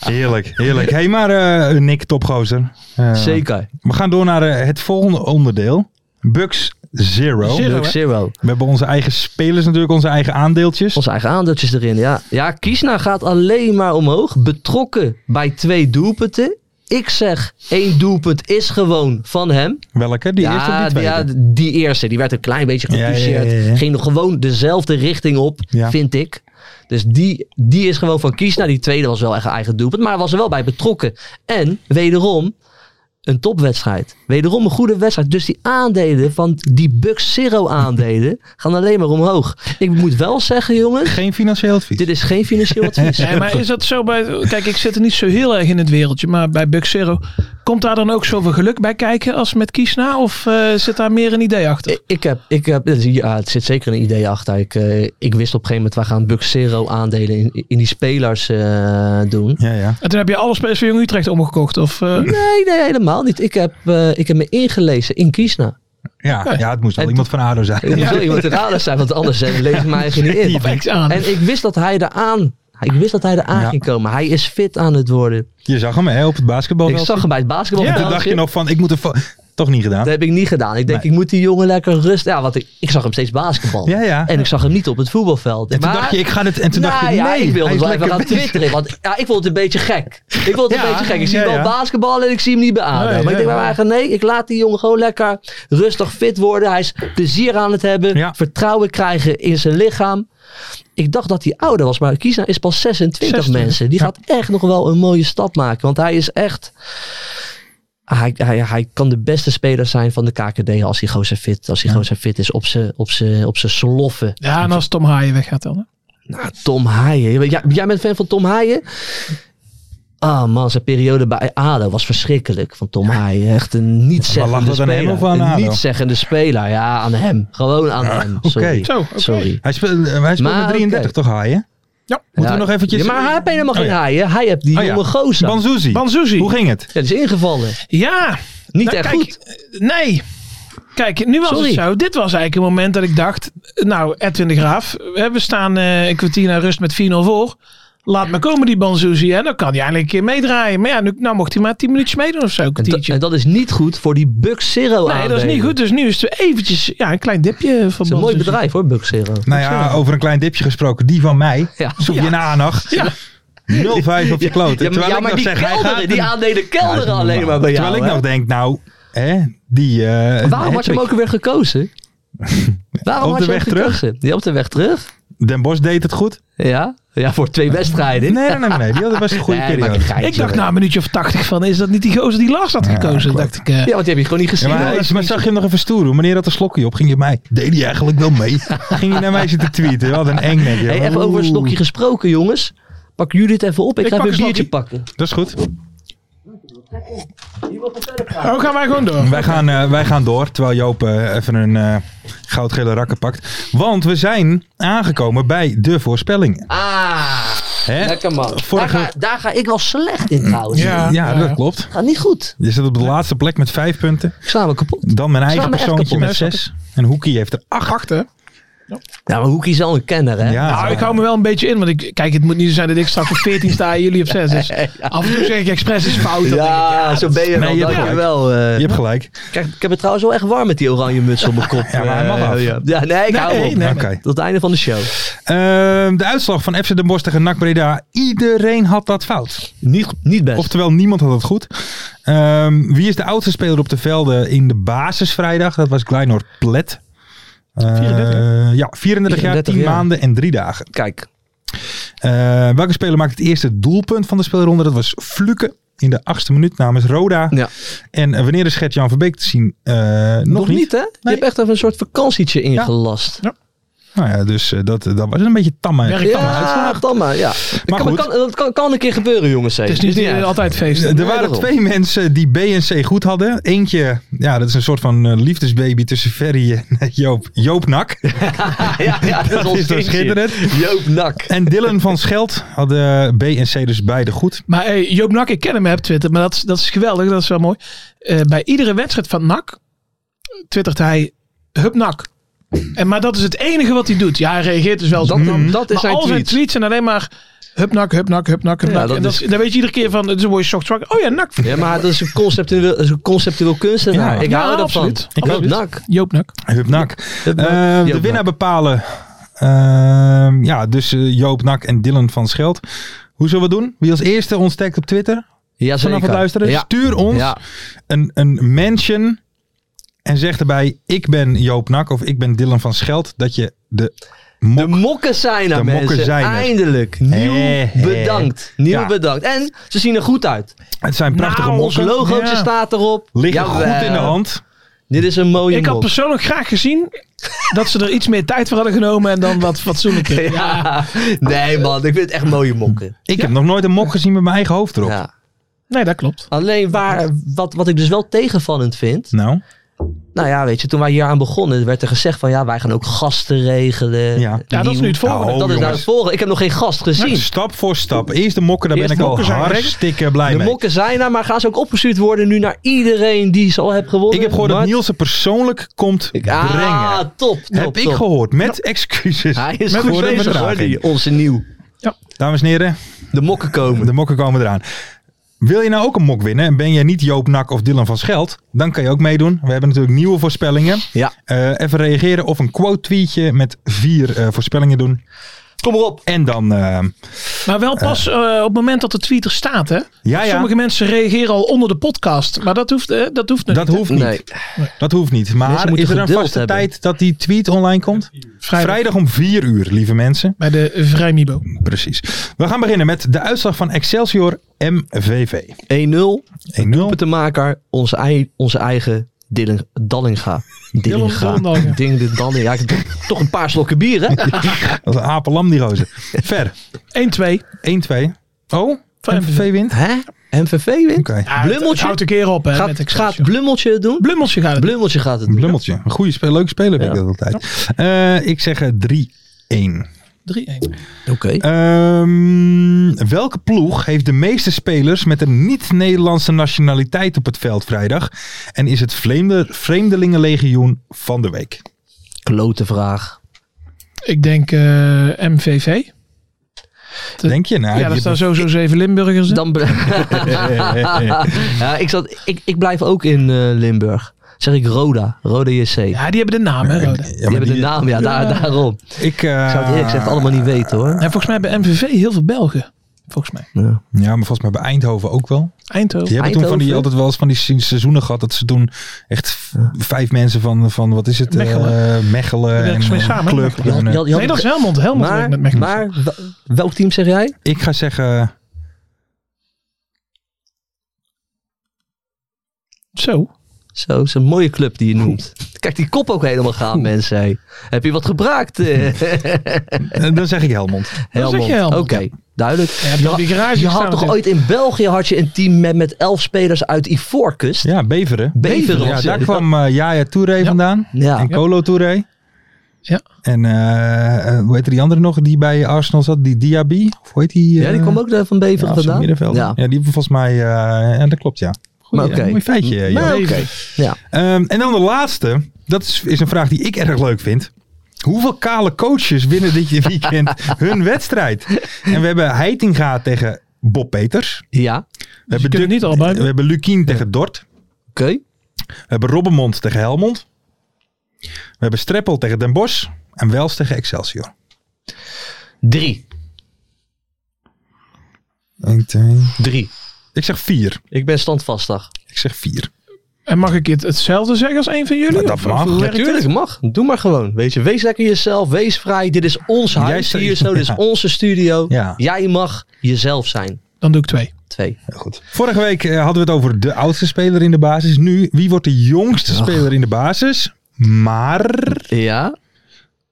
[SPEAKER 4] Heerlijk, heerlijk. Hé, hey, maar eh, Nick, topgozer. Eh,
[SPEAKER 5] Zeker.
[SPEAKER 4] We gaan door naar eh, het volgende onderdeel. Bucks Zero.
[SPEAKER 6] Zero.
[SPEAKER 5] Druk
[SPEAKER 6] hè?
[SPEAKER 5] zero.
[SPEAKER 4] We hebben onze eigen spelers natuurlijk, onze eigen aandeeltjes.
[SPEAKER 5] Onze eigen aandeeltjes erin, ja. Ja, Kiesna gaat alleen maar omhoog. Betrokken bij twee doelpunten. Ik zeg, één doelpunt is gewoon van hem.
[SPEAKER 4] Welke? Die eerste of die tweede?
[SPEAKER 5] ja, die eerste. Die werd een klein beetje
[SPEAKER 4] Ja, ja, ja,
[SPEAKER 5] gepubliceerd.
[SPEAKER 4] ja.
[SPEAKER 5] Ging nog gewoon dezelfde richting op,
[SPEAKER 4] Ja.
[SPEAKER 5] vind ik. Dus die, die is gewoon van Kiesna. Die tweede was wel echt een eigen doelpunt. Maar hij was er wel bij betrokken. En, wederom, een topwedstrijd. Wederom een goede wedstrijd. Dus die aandelen van die Bucks Zero aandelen gaan alleen maar omhoog. Ik moet wel zeggen, jongens.
[SPEAKER 4] Geen financieel advies.
[SPEAKER 5] Dit is geen financieel advies.
[SPEAKER 6] Nee, maar is dat zo bij... Kijk, ik zit er niet zo heel erg in het wereldje, maar bij Buxero... Komt daar dan ook zoveel geluk bij kijken als met Kiesna? Of eh, zit daar meer een idee achter?
[SPEAKER 5] Ik- Ik heb, ik heb, dus, ja, het zit zeker een idee achter. Ik, eh, ik wist op een gegeven moment, wij gaan Buxero aandelen in, in die spelers eh, doen.
[SPEAKER 4] Ja, ja.
[SPEAKER 6] En toen heb je alle spelers van Jong Utrecht omgekocht? Of, eh,
[SPEAKER 5] Nee, nee, helemaal niet. Ik heb, eh, ik heb me ingelezen in Kiesna.
[SPEAKER 4] Ja, ja, het moest wel
[SPEAKER 5] En
[SPEAKER 4] iemand van ADO zijn.
[SPEAKER 5] Er moet wel iemand te raden zijn, want anders eh, lees ik mij eigenlijk niet in.
[SPEAKER 6] of ex aan?
[SPEAKER 5] En ik wist dat hij eraan, ik wist dat hij eraan
[SPEAKER 4] Ja.
[SPEAKER 5] ging komen. Hij is fit aan het worden.
[SPEAKER 4] Je zag hem hè, op het basketbal.
[SPEAKER 5] Ik zag hem bij het basketbal.
[SPEAKER 6] Ja,
[SPEAKER 4] Toen dacht je nog van, ik moet een fo- Toch niet gedaan.
[SPEAKER 5] Dat heb ik niet gedaan. Ik denk,
[SPEAKER 4] Nee.
[SPEAKER 5] ik moet die jongen lekker rust. Ja, want ik, ik zag hem steeds basketbal.
[SPEAKER 4] Ja, ja.
[SPEAKER 5] En ik zag hem niet op het voetbalveld.
[SPEAKER 4] En toen
[SPEAKER 5] Maar-
[SPEAKER 4] dacht je, ik ga dit... En toen
[SPEAKER 5] nou,
[SPEAKER 4] dacht je, nee,
[SPEAKER 5] ja, ik wilde
[SPEAKER 4] hij is
[SPEAKER 5] wel even
[SPEAKER 4] lekker
[SPEAKER 5] gaan
[SPEAKER 4] bezig.
[SPEAKER 5] twitteren. Want ja, ik vond het een beetje gek. Ik vond het
[SPEAKER 4] Ja,
[SPEAKER 5] een beetje gek. Ik zie
[SPEAKER 4] ja,
[SPEAKER 5] hem wel
[SPEAKER 4] ja.
[SPEAKER 5] basketballen en ik zie hem niet bij ADO.
[SPEAKER 6] Nee,
[SPEAKER 5] maar ik
[SPEAKER 6] nee,
[SPEAKER 5] denk bij
[SPEAKER 6] ja.
[SPEAKER 5] mij eigen, nee, ik laat die jongen gewoon lekker rustig fit worden. Hij is plezier aan het hebben.
[SPEAKER 4] Ja.
[SPEAKER 5] Vertrouwen krijgen in zijn lichaam. Ik dacht dat hij ouder was, maar Kiesna is pas 26
[SPEAKER 6] 26,
[SPEAKER 5] mensen. Die
[SPEAKER 4] ja.
[SPEAKER 5] gaat echt nog wel een mooie stap maken. Want hij is echt... Hij, hij, hij kan de beste speler zijn van de KKD als hij gozer fit, als hij gozer fit is op zijn op zijn- op zijn sloffen.
[SPEAKER 6] Ja, en als Tom Haaien weggaat dan. hè?
[SPEAKER 5] Nou, Tom Haaien. Jij, jij bent fan van Tom Haaien? Ah man, zijn periode bij ADO was verschrikkelijk van Tom Haaien. Echt een
[SPEAKER 4] Maar
[SPEAKER 5] niet-zeggende
[SPEAKER 4] lag dat aan
[SPEAKER 5] speler.
[SPEAKER 4] hem of aan
[SPEAKER 5] een
[SPEAKER 4] ADO?
[SPEAKER 5] niet-zeggende speler. Ja, aan hem. Gewoon aan hem. Sorry.
[SPEAKER 6] Zo, oké.
[SPEAKER 5] Sorry.
[SPEAKER 4] Hij speelt, hij speelt
[SPEAKER 5] Maar,
[SPEAKER 4] met 33 toch, Haaien?
[SPEAKER 6] Ja.
[SPEAKER 4] Moeten
[SPEAKER 5] Ja,
[SPEAKER 4] we nog eventjes...
[SPEAKER 5] ja, maar hij heeft helemaal geen
[SPEAKER 4] Oh, ja.
[SPEAKER 5] haaien. Hij heeft die
[SPEAKER 4] Oh, ja.
[SPEAKER 5] jonge gozer.
[SPEAKER 4] Banzuzi.
[SPEAKER 6] Banzuzi.
[SPEAKER 4] Hoe ging het?
[SPEAKER 5] Ja, die is ingevallen.
[SPEAKER 6] Ja.
[SPEAKER 5] Niet
[SPEAKER 6] Nou,
[SPEAKER 5] echt
[SPEAKER 6] kijk,
[SPEAKER 5] goed.
[SPEAKER 6] eh, Nee. Kijk, nu was
[SPEAKER 5] Sorry.
[SPEAKER 6] het zo. Dit was eigenlijk een moment dat ik dacht... eh, Nou, Edwin de Graaf. hè, We staan eh, een kwartier naar rust met 4-0 voor. Laat maar komen die Banzuzi. En dan kan hij eigenlijk een keer meedraaien. Maar ja, nu, nou mocht hij maar 10 minuutjes meedoen of zo. Een
[SPEAKER 5] En, da-
[SPEAKER 6] kwartiertje.
[SPEAKER 5] en dat is niet goed voor die Bucks Zero
[SPEAKER 6] Nee, dat is niet goed. Dus nu is het eventjes ja, een klein dipje van
[SPEAKER 5] Het is een mooi
[SPEAKER 6] Banzuzi.
[SPEAKER 5] bedrijf hoor, Bucks Zero.
[SPEAKER 4] Nou ja, over een klein dipje gesproken. Die van mij.
[SPEAKER 5] Ja.
[SPEAKER 4] Zoek je naar aandacht.
[SPEAKER 6] Ja.
[SPEAKER 4] 0,5 op je kloot.
[SPEAKER 5] Ja, maar,
[SPEAKER 4] Terwijl
[SPEAKER 5] ja,
[SPEAKER 4] ik
[SPEAKER 5] maar
[SPEAKER 4] nog
[SPEAKER 5] die
[SPEAKER 4] zeg, hij gaat
[SPEAKER 5] kelderen, die
[SPEAKER 4] hem-
[SPEAKER 5] aandelen
[SPEAKER 4] Ja, dat is
[SPEAKER 5] kelderen
[SPEAKER 4] niet
[SPEAKER 5] alleen
[SPEAKER 4] normaal.
[SPEAKER 5] maar bij jou.
[SPEAKER 4] Terwijl ik
[SPEAKER 5] hè?
[SPEAKER 4] nog denk, nou, hè, die... eh,
[SPEAKER 5] Waarom had je hem ook weer gekozen? Waarom
[SPEAKER 4] Op
[SPEAKER 5] had
[SPEAKER 4] de
[SPEAKER 5] je hem
[SPEAKER 4] weg terug?
[SPEAKER 5] gekozen? Ja, op de weg terug?
[SPEAKER 4] Den Bosch deed het goed.
[SPEAKER 5] Ja, ja voor twee wedstrijden.
[SPEAKER 4] Nee, nee, nee. nee, die had best een goede
[SPEAKER 5] Nee, maar
[SPEAKER 4] periode.
[SPEAKER 5] ik ga-
[SPEAKER 6] Ik dacht
[SPEAKER 5] Sorry.
[SPEAKER 6] na een minuutje of 80 van... Is dat niet die gozer die Lars had gekozen? dacht ik. eh,
[SPEAKER 5] Ja, want die heb je gewoon niet
[SPEAKER 4] Ja,
[SPEAKER 5] gezien.
[SPEAKER 4] maar,
[SPEAKER 5] hoor.
[SPEAKER 4] hij- maar zag je hem nog even stoer doen? Meneer had een slokje op. Ging je mij... Deed hij eigenlijk wel mee? ging je naar mij zitten tweeten? Wat een eng, denk je.
[SPEAKER 5] Hey, even over een slokje gesproken, jongens. Pak jullie het even op. Ik,
[SPEAKER 6] Ik
[SPEAKER 5] ga
[SPEAKER 6] pak
[SPEAKER 5] even een
[SPEAKER 6] een
[SPEAKER 5] biertje
[SPEAKER 6] slokje.
[SPEAKER 5] pakken.
[SPEAKER 4] Dat is goed.
[SPEAKER 6] Oh, gaan wij gewoon door.
[SPEAKER 4] Wij gaan, eh, wij gaan door, terwijl Joop eh, even een eh, goudgele rakker pakt. Want we zijn aangekomen bij de voorspellingen.
[SPEAKER 5] Ah,
[SPEAKER 4] Hè?
[SPEAKER 5] Lekker man.
[SPEAKER 4] Vorige-
[SPEAKER 5] Daar, ga, daar ga ik wel slecht in trouwens.
[SPEAKER 4] Ja,
[SPEAKER 6] Ja. ja.
[SPEAKER 4] dat klopt.
[SPEAKER 5] Gaat niet goed.
[SPEAKER 4] Je zit op de laatste plek met vijf punten.
[SPEAKER 5] Ik sla me kapot.
[SPEAKER 4] Dan mijn eigen
[SPEAKER 5] Slaan we echt
[SPEAKER 4] persoontje
[SPEAKER 5] kapot.
[SPEAKER 4] met zes. En Hoekie heeft er acht.
[SPEAKER 6] Acht, hè?
[SPEAKER 5] Ja, maar Hoekie is wel een kenner, hè?
[SPEAKER 4] Ja,
[SPEAKER 6] Nou, ik hou me wel een beetje in, want ik, kijk, het moet niet zo zijn dat ik straks op 14 sta en jullie op 6. Dus af en toe zeg ik expres is fout.
[SPEAKER 5] Ja,
[SPEAKER 6] Dan denk ik,
[SPEAKER 5] zo ben je
[SPEAKER 4] Nee, je
[SPEAKER 5] wel.
[SPEAKER 4] hebt
[SPEAKER 5] Dank
[SPEAKER 4] gelijk.
[SPEAKER 5] je wel. eh.
[SPEAKER 4] je hebt gelijk.
[SPEAKER 5] Kijk, ik heb het trouwens wel echt warm met die oranje muts op mijn kop.
[SPEAKER 4] Ja, maar hij mag
[SPEAKER 5] Eh,
[SPEAKER 4] af.
[SPEAKER 5] ja. Ja, nee, ik hou
[SPEAKER 6] nee,
[SPEAKER 5] op.
[SPEAKER 6] nee.
[SPEAKER 4] Oké.
[SPEAKER 5] Tot het einde van de show.
[SPEAKER 4] Ehm, de uitslag van FC Den Bosch tegen NAC Breda. Iedereen had dat fout.
[SPEAKER 5] Niet, niet best.
[SPEAKER 4] Oftewel, niemand had het goed. Ehm, wie is de oudste speler op de velden in de basis vrijdag? Dat was Glynor Plet. Eh,
[SPEAKER 6] 34?
[SPEAKER 4] Ja, 34 jaar,
[SPEAKER 5] 34
[SPEAKER 4] 10
[SPEAKER 5] jaar.
[SPEAKER 4] maanden en 3 dagen.
[SPEAKER 5] Kijk,
[SPEAKER 4] Eh, welke speler maakt het eerste doelpunt van de speelronde? Dat was Fluke in de achtste minuut namens Roda.
[SPEAKER 5] Ja.
[SPEAKER 4] En eh, wanneer is Gert-Jan Verbeek te zien? Eh, nog,
[SPEAKER 5] nog, niet,
[SPEAKER 4] niet.
[SPEAKER 5] hè? Je hebt echt even een soort vakantietje ingelast.
[SPEAKER 4] Nou ja, dus eh, dat, dat was een beetje tamme.
[SPEAKER 6] Werk.
[SPEAKER 5] Ja,
[SPEAKER 6] Ja, kan maar
[SPEAKER 5] dan maar, ja.
[SPEAKER 4] Maar
[SPEAKER 5] kan,
[SPEAKER 4] goed.
[SPEAKER 5] kan, dat kan, kan een keer gebeuren, jongens. hè.
[SPEAKER 6] Het is niet eh, altijd feest.
[SPEAKER 4] Er waren
[SPEAKER 5] daarom.
[SPEAKER 4] twee mensen die B en C goed hadden. Eentje, ja, dat is een soort van eh, liefdesbaby tussen Ferry en eh, Joop, Joop Nak.
[SPEAKER 5] Ja, ja, ja, dat,
[SPEAKER 4] Dat
[SPEAKER 5] ons
[SPEAKER 4] is toch
[SPEAKER 5] kindje.
[SPEAKER 4] schitterend?
[SPEAKER 5] Joop Nak.
[SPEAKER 4] En Dylan van Scheld hadden B en C dus beide goed.
[SPEAKER 6] Maar hey, Joop Nak, ik ken hem hè, op Twitter, maar dat, is- dat is geweldig, dat is wel mooi. Eh, bij iedere wedstrijd van Nak twittert hij Hup Nak. En, maar dat is het enige wat hij doet. Ja, hij reageert dus wel eens
[SPEAKER 5] Dat-
[SPEAKER 6] op Nak.
[SPEAKER 5] dat is
[SPEAKER 6] maar
[SPEAKER 5] zijn
[SPEAKER 6] al zijn
[SPEAKER 5] tweets.
[SPEAKER 6] tweets zijn alleen maar Hup Nak, Hup Nak, Hup Nak, Hup
[SPEAKER 5] Ja,
[SPEAKER 6] Nak.
[SPEAKER 5] dat
[SPEAKER 6] en dat
[SPEAKER 5] is-
[SPEAKER 6] is- dan weet je iedere keer van, het is een mooie shock track. Oh ja, Nak.
[SPEAKER 5] Ja, maar dat is een conceptueel, dat is een conceptueel kunstenaar.
[SPEAKER 4] Ja.
[SPEAKER 5] Ik
[SPEAKER 6] Ja,
[SPEAKER 5] hou er van.
[SPEAKER 6] absoluut.
[SPEAKER 4] Ik
[SPEAKER 5] Joop
[SPEAKER 4] absoluut.
[SPEAKER 5] Nak.
[SPEAKER 6] Joop Nak.
[SPEAKER 4] Hup Nak.
[SPEAKER 5] Hup Nak,
[SPEAKER 4] Eh,
[SPEAKER 5] Joop
[SPEAKER 4] de
[SPEAKER 5] Nak.
[SPEAKER 4] winnaar bepalen. Ehm, ja, dus eh, Joop Nak en Dylan van Scheld. Hoe zullen we het doen? Wie als eerste ons tagt op Twitter
[SPEAKER 5] Ja, zeker.
[SPEAKER 4] vanaf het luisteren?
[SPEAKER 5] Ja.
[SPEAKER 4] Stuur ons
[SPEAKER 5] Ja.
[SPEAKER 4] een, een mention en zeg erbij ik ben Joop Nak of ik ben Dylan van Scheld. Dat je de
[SPEAKER 5] De
[SPEAKER 4] mok...
[SPEAKER 5] mokken zijn er,
[SPEAKER 4] De mokken
[SPEAKER 5] mensen.
[SPEAKER 4] zijn er.
[SPEAKER 5] Eindelijk. Nieuw
[SPEAKER 4] Hè, hè.
[SPEAKER 5] bedankt. Nieuw
[SPEAKER 4] Ja.
[SPEAKER 5] bedankt. En ze zien er goed uit.
[SPEAKER 4] Het zijn prachtige
[SPEAKER 5] Nou, ons
[SPEAKER 4] mokken.
[SPEAKER 5] logootje
[SPEAKER 4] Ja.
[SPEAKER 5] staat erop.
[SPEAKER 4] Liggen
[SPEAKER 5] Jawel.
[SPEAKER 4] goed in de hand.
[SPEAKER 5] Dit is een mooie
[SPEAKER 6] Ik had
[SPEAKER 5] mok.
[SPEAKER 6] persoonlijk graag gezien dat ze er iets meer tijd voor hadden genomen en dan wat fatsoenlijker.
[SPEAKER 5] Ja. Nee man, ik vind het echt mooie mokken.
[SPEAKER 4] Ik heb nog nooit een mok gezien met mijn eigen hoofd erop.
[SPEAKER 5] Ja.
[SPEAKER 6] Nee, dat klopt.
[SPEAKER 5] Alleen waar, wat, wat ik dus wel tegenvallend vind.
[SPEAKER 4] Nou,
[SPEAKER 5] Nou ja, weet je, toen wij hier aan begonnen, werd er gezegd van ja, wij gaan ook gasten regelen.
[SPEAKER 4] Ja.
[SPEAKER 6] Ja, dat is nu het
[SPEAKER 5] Nieuw-
[SPEAKER 6] volgende.
[SPEAKER 4] Oh,
[SPEAKER 5] dat is nou
[SPEAKER 4] jongens.
[SPEAKER 5] het volgende. Ik heb nog geen gast gezien.
[SPEAKER 4] stap voor stap. Eerst de mokken, daar
[SPEAKER 5] Eerst
[SPEAKER 4] ben ik al
[SPEAKER 5] mokken zijn
[SPEAKER 4] hartstikke blij
[SPEAKER 5] De
[SPEAKER 4] mee.
[SPEAKER 5] mokken zijn er, maar gaan ze ook opgestuurd worden nu naar iedereen die ze al heeft gewonnen?
[SPEAKER 4] Ik heb gehoord dat
[SPEAKER 5] Mart?
[SPEAKER 4] Niels ze persoonlijk komt
[SPEAKER 5] Ik-
[SPEAKER 4] brengen.
[SPEAKER 5] Ah, top. top,
[SPEAKER 4] heb ik
[SPEAKER 5] top.
[SPEAKER 4] gehoord, met excuses.
[SPEAKER 5] Hij is
[SPEAKER 4] Met
[SPEAKER 5] goed
[SPEAKER 4] een
[SPEAKER 5] bezig hoor,
[SPEAKER 4] vertraging.
[SPEAKER 5] die, onze nieuw.
[SPEAKER 4] Dames en heren,
[SPEAKER 5] De mokken komen.
[SPEAKER 4] de mokken komen eraan. Wil je nou ook een mok winnen en ben jij niet Joop Nak of Dylan van Scheld, dan kan je ook meedoen. We hebben natuurlijk nieuwe voorspellingen.
[SPEAKER 5] Ja.
[SPEAKER 4] Eh, even reageren of een quote tweetje met vier eh, voorspellingen doen.
[SPEAKER 5] Kom maar op.
[SPEAKER 4] En dan, eh,
[SPEAKER 6] Maar wel pas eh, op het moment dat de tweet er staat, hè?
[SPEAKER 4] ja ja,
[SPEAKER 6] Sommige mensen reageren al onder de podcast, maar dat hoeft, eh, dat hoeft nog
[SPEAKER 4] dat
[SPEAKER 6] niet.
[SPEAKER 4] hoeft niet.
[SPEAKER 5] Nee.
[SPEAKER 4] Dat hoeft niet. Maar
[SPEAKER 5] moeten
[SPEAKER 4] is er een
[SPEAKER 5] geduld
[SPEAKER 4] vaste
[SPEAKER 5] hebben.
[SPEAKER 4] tijd dat die tweet online komt?
[SPEAKER 6] Vrijdag.
[SPEAKER 4] Vrijdag om 4 uur, lieve mensen.
[SPEAKER 6] Bij de Vrijmibo.
[SPEAKER 4] Precies. We gaan beginnen met de uitslag van Excelsior MVV.
[SPEAKER 5] 1-0.
[SPEAKER 4] 1-0.
[SPEAKER 5] doelpuntenmaker, onze, ei- onze eigen Dylan Dallinga. Dillinga.
[SPEAKER 6] Dallinga.
[SPEAKER 5] Ding de Dallinga. Ja, ik heb toch een paar slokken bier, hè?
[SPEAKER 4] Dat is een apenlam die gozer. Ver.
[SPEAKER 6] 1-2.
[SPEAKER 4] 1-2. Oh,
[SPEAKER 6] Van
[SPEAKER 4] MVV wint.
[SPEAKER 5] Hè? MVV wint?
[SPEAKER 4] Oké.
[SPEAKER 6] Ja,
[SPEAKER 5] Blummeltje?
[SPEAKER 6] het Houdt een keer op, hè?
[SPEAKER 5] Gaat,
[SPEAKER 6] eh, met Excelsior.
[SPEAKER 5] gaat Blummeltje het doen?
[SPEAKER 6] Blummeltje gaat het.
[SPEAKER 5] Blummeltje gaat het
[SPEAKER 4] Een
[SPEAKER 5] doen.
[SPEAKER 4] blummeltje. Een goede speler, leuke speler vind ik
[SPEAKER 5] Ja.
[SPEAKER 4] dat altijd. Eh, ik zeg eh, 3-1.
[SPEAKER 6] 3-1.
[SPEAKER 5] Oké.
[SPEAKER 4] Ehm, welke ploeg heeft de meeste spelers met een niet-Nederlandse nationaliteit op het veld vrijdag? En is het vreemde, Vreemdelingenlegioen van de week?
[SPEAKER 5] Klote vraag.
[SPEAKER 6] Ik denk eh, MVV.
[SPEAKER 4] Denk je? Nou,
[SPEAKER 6] ja, daar
[SPEAKER 4] die
[SPEAKER 6] staan sowieso zeven Limburgers in.
[SPEAKER 5] Dan bl- ja, ik, zat, ik, ik blijf ook in eh, Limburg. Zeg ik Roda. Roda JC.
[SPEAKER 6] Ja, die hebben de naam, hè? Roda.
[SPEAKER 4] Ja,
[SPEAKER 5] die
[SPEAKER 4] maar
[SPEAKER 5] hebben de
[SPEAKER 4] die-
[SPEAKER 5] naam, ja, Daar, daarom.
[SPEAKER 4] Ik, eh,
[SPEAKER 5] Ik zou het eerlijk gezegd allemaal niet weten, hoor.
[SPEAKER 6] En volgens mij hebben MVV heel veel Belgen. Volgens mij.
[SPEAKER 5] Ja.
[SPEAKER 4] Ja, maar volgens mij bij Eindhoven ook wel.
[SPEAKER 6] Eindhoven.
[SPEAKER 4] Die hebben toen van die,
[SPEAKER 5] Eindhoven?
[SPEAKER 4] altijd wel eens van die se- seizoenen gehad. Dat ze toen echt v- vijf mensen van, van wat is het? eh,
[SPEAKER 6] Mechelen.
[SPEAKER 4] Mechelen.
[SPEAKER 6] Daar werken ze mee
[SPEAKER 4] eh,
[SPEAKER 6] samen,
[SPEAKER 4] club.
[SPEAKER 6] Mechelen.
[SPEAKER 4] En, eh,
[SPEAKER 5] Je had- je had-
[SPEAKER 6] Nee, dat is Helmond. Helmond werkt met
[SPEAKER 5] maar,
[SPEAKER 6] Mechelen.
[SPEAKER 5] maar wel- welk team zeg jij?
[SPEAKER 4] Ik ga zeggen
[SPEAKER 6] Zo.
[SPEAKER 5] Zo, is een mooie club die je noemt. Kijk, die kop ook helemaal gaan, mensen. hé. Heb je wat gebruikt? eh,
[SPEAKER 4] Eh, Dan zeg ik Helmond.
[SPEAKER 5] Helmond.
[SPEAKER 6] je
[SPEAKER 5] Oké,
[SPEAKER 6] Helmond.
[SPEAKER 5] duidelijk.
[SPEAKER 6] Ja, die
[SPEAKER 5] had-
[SPEAKER 6] garage
[SPEAKER 5] je had
[SPEAKER 6] staan
[SPEAKER 5] toch ooit
[SPEAKER 6] natuurlijk.
[SPEAKER 5] in België had je een team met, met elf spelers uit Ivoorkust?
[SPEAKER 4] Ja, Beveren.
[SPEAKER 5] Beveren,
[SPEAKER 4] Ja,
[SPEAKER 5] was
[SPEAKER 4] daar
[SPEAKER 5] het.
[SPEAKER 4] kwam eh Yaya Touré vandaan.
[SPEAKER 5] Ja.
[SPEAKER 4] En Colo Touré.
[SPEAKER 6] Ja.
[SPEAKER 4] En eh, eh, hoe heette die andere nog die bij Arsenal zat? Die Diaby? Of hoe heet die?
[SPEAKER 5] Ja, die
[SPEAKER 4] eh,
[SPEAKER 5] kwam ook daar van Beveren
[SPEAKER 4] ja, of zo'n
[SPEAKER 5] vandaan.
[SPEAKER 4] middenveld. Ja.
[SPEAKER 5] Ja.
[SPEAKER 4] die hebben volgens mij... eh, ja, dat klopt, ja. Goed,
[SPEAKER 5] Maar oké.
[SPEAKER 4] Mooi feitje, eh, Joop.
[SPEAKER 5] Maar oké. Ja.
[SPEAKER 4] Ehm, en dan de laatste. Dat is, is een vraag die ik erg leuk vind. Hoeveel kale coaches winnen dit weekend hun wedstrijd? En we hebben Heitinga tegen Bob Peters.
[SPEAKER 5] Ja.
[SPEAKER 4] We hebben,
[SPEAKER 6] kunnen Dus niet allebei.
[SPEAKER 4] we hebben Lukien tegen Dort.
[SPEAKER 5] Oké.
[SPEAKER 4] We hebben Robbenmond tegen Helmond. We hebben Streppel tegen Den Bosch. En Wels tegen Excelsior.
[SPEAKER 5] Drie.
[SPEAKER 4] Eén, twee.
[SPEAKER 5] Drie.
[SPEAKER 4] Ik zeg vier.
[SPEAKER 5] Ik ben standvastig.
[SPEAKER 4] Ik zeg vier.
[SPEAKER 6] En mag ik het hetzelfde zeggen als een van jullie?
[SPEAKER 4] Nou, dat
[SPEAKER 6] Of- of
[SPEAKER 4] mag.
[SPEAKER 6] hoe werkt het?
[SPEAKER 5] Natuurlijk, mag. Doe maar gewoon. Weet je, wees lekker jezelf. Wees vrij. Dit is ons
[SPEAKER 4] Jij
[SPEAKER 5] huis
[SPEAKER 4] zei-
[SPEAKER 5] hier zo. Dit is
[SPEAKER 4] Ja.
[SPEAKER 5] onze studio.
[SPEAKER 4] Ja.
[SPEAKER 5] Jij mag jezelf zijn.
[SPEAKER 6] Dan doe ik twee.
[SPEAKER 5] Twee.
[SPEAKER 4] Heel goed. Vorige week eh, hadden we het over de oudste speler in de basis. Nu, wie wordt de jongste speler in de basis? Maar...
[SPEAKER 5] Ja.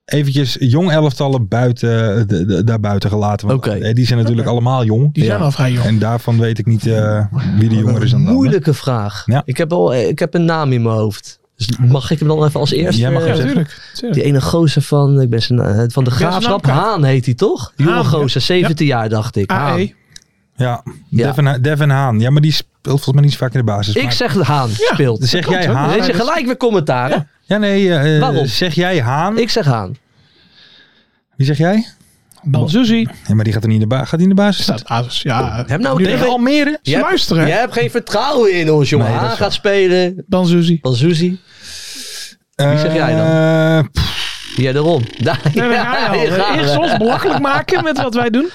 [SPEAKER 4] eventjes jong elftallen buiten, eh, de, de- daarbuiten gelaten. Want
[SPEAKER 5] Oké.
[SPEAKER 4] eh, die zijn natuurlijk allemaal jong.
[SPEAKER 6] Die zijn
[SPEAKER 5] Ja.
[SPEAKER 6] al vrij jong.
[SPEAKER 4] En daarvan weet ik niet eh, wie de jonger is dan de ander.
[SPEAKER 5] Moeilijke vraag.
[SPEAKER 4] Ja.
[SPEAKER 5] Ik, heb al, ik heb een naam in mijn hoofd. Dus mag ik hem dan even als eerste?
[SPEAKER 4] Jij mag hem
[SPEAKER 5] eh,
[SPEAKER 4] zeggen.
[SPEAKER 6] natuurlijk.
[SPEAKER 5] Die ene gozer van, ik ben zijn, eh, van de
[SPEAKER 6] zijn
[SPEAKER 5] Graafschap.
[SPEAKER 6] naam kwijt.
[SPEAKER 5] Haan heet hij toch? Jonge
[SPEAKER 6] Haan, ja. E.
[SPEAKER 5] gozer, 17 jaar dacht ik. Haan.
[SPEAKER 6] AE.
[SPEAKER 4] Ah. Ja,
[SPEAKER 5] Ja.
[SPEAKER 4] Devin, Ha- Devin Haan. Ja, maar die speelt volgens mij niet zo vaak in de basis.
[SPEAKER 5] Ik
[SPEAKER 4] Maar-
[SPEAKER 5] zeg Haan speelt.
[SPEAKER 4] zeg
[SPEAKER 5] Dat
[SPEAKER 4] jij
[SPEAKER 5] klopt, hoor.
[SPEAKER 4] Haan.
[SPEAKER 5] Dan Lees je gelijk weer commentaar. hè?
[SPEAKER 4] ja, nee. eh,
[SPEAKER 5] Waarom?
[SPEAKER 4] Zeg jij Haan?
[SPEAKER 5] Ik zeg Haan.
[SPEAKER 4] Wie zeg jij?
[SPEAKER 6] Dan Suzy.
[SPEAKER 4] Ja, maar die gaat er niet in de, ba- gaat die in de basis
[SPEAKER 6] Staat Azus. Ja.
[SPEAKER 5] Heb nou
[SPEAKER 6] Nu
[SPEAKER 5] tegen
[SPEAKER 6] wel.
[SPEAKER 4] Almere?
[SPEAKER 6] Ze luisteren.
[SPEAKER 5] Jij hebt geen vertrouwen in ons, jongen.
[SPEAKER 4] Nee, dat is
[SPEAKER 5] Haan
[SPEAKER 4] waar.
[SPEAKER 5] gaat spelen.
[SPEAKER 6] Dan Suzy.
[SPEAKER 5] Van Suzy. Wie zeg jij dan?
[SPEAKER 4] Eh, pff,
[SPEAKER 5] Ja, daarom. Daar,
[SPEAKER 6] Nee, we
[SPEAKER 5] ja,
[SPEAKER 6] gaan al.
[SPEAKER 5] hier gaan we.
[SPEAKER 6] Eerst ons belachelijk maken met wat wij doen.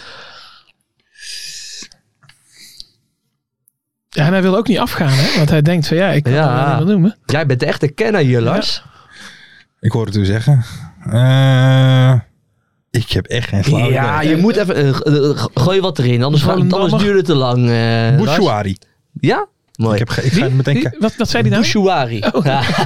[SPEAKER 6] Ja, en hij wil ook niet afgaan, hè? Want hij denkt van ja, ik kan
[SPEAKER 5] Ja.
[SPEAKER 6] het wel niet meer noemen.
[SPEAKER 5] Jij bent de echte kenner hier, Lars.
[SPEAKER 4] ik hoor het u zeggen. Eh, ik heb echt geen
[SPEAKER 5] Ja,
[SPEAKER 4] flauw idee.
[SPEAKER 5] je moet even... eh, eh, g- gooi wat erin, anders, gaat,
[SPEAKER 6] Volendammer.
[SPEAKER 5] anders duurt het te lang. eh, Lars.
[SPEAKER 4] Bouchouari.
[SPEAKER 5] Ja? Mooi.
[SPEAKER 4] Ik, heb, ge- ik ga het meteen
[SPEAKER 6] Die-
[SPEAKER 4] kijken.
[SPEAKER 6] wat, wat zei hij nou?
[SPEAKER 5] Bouchouari.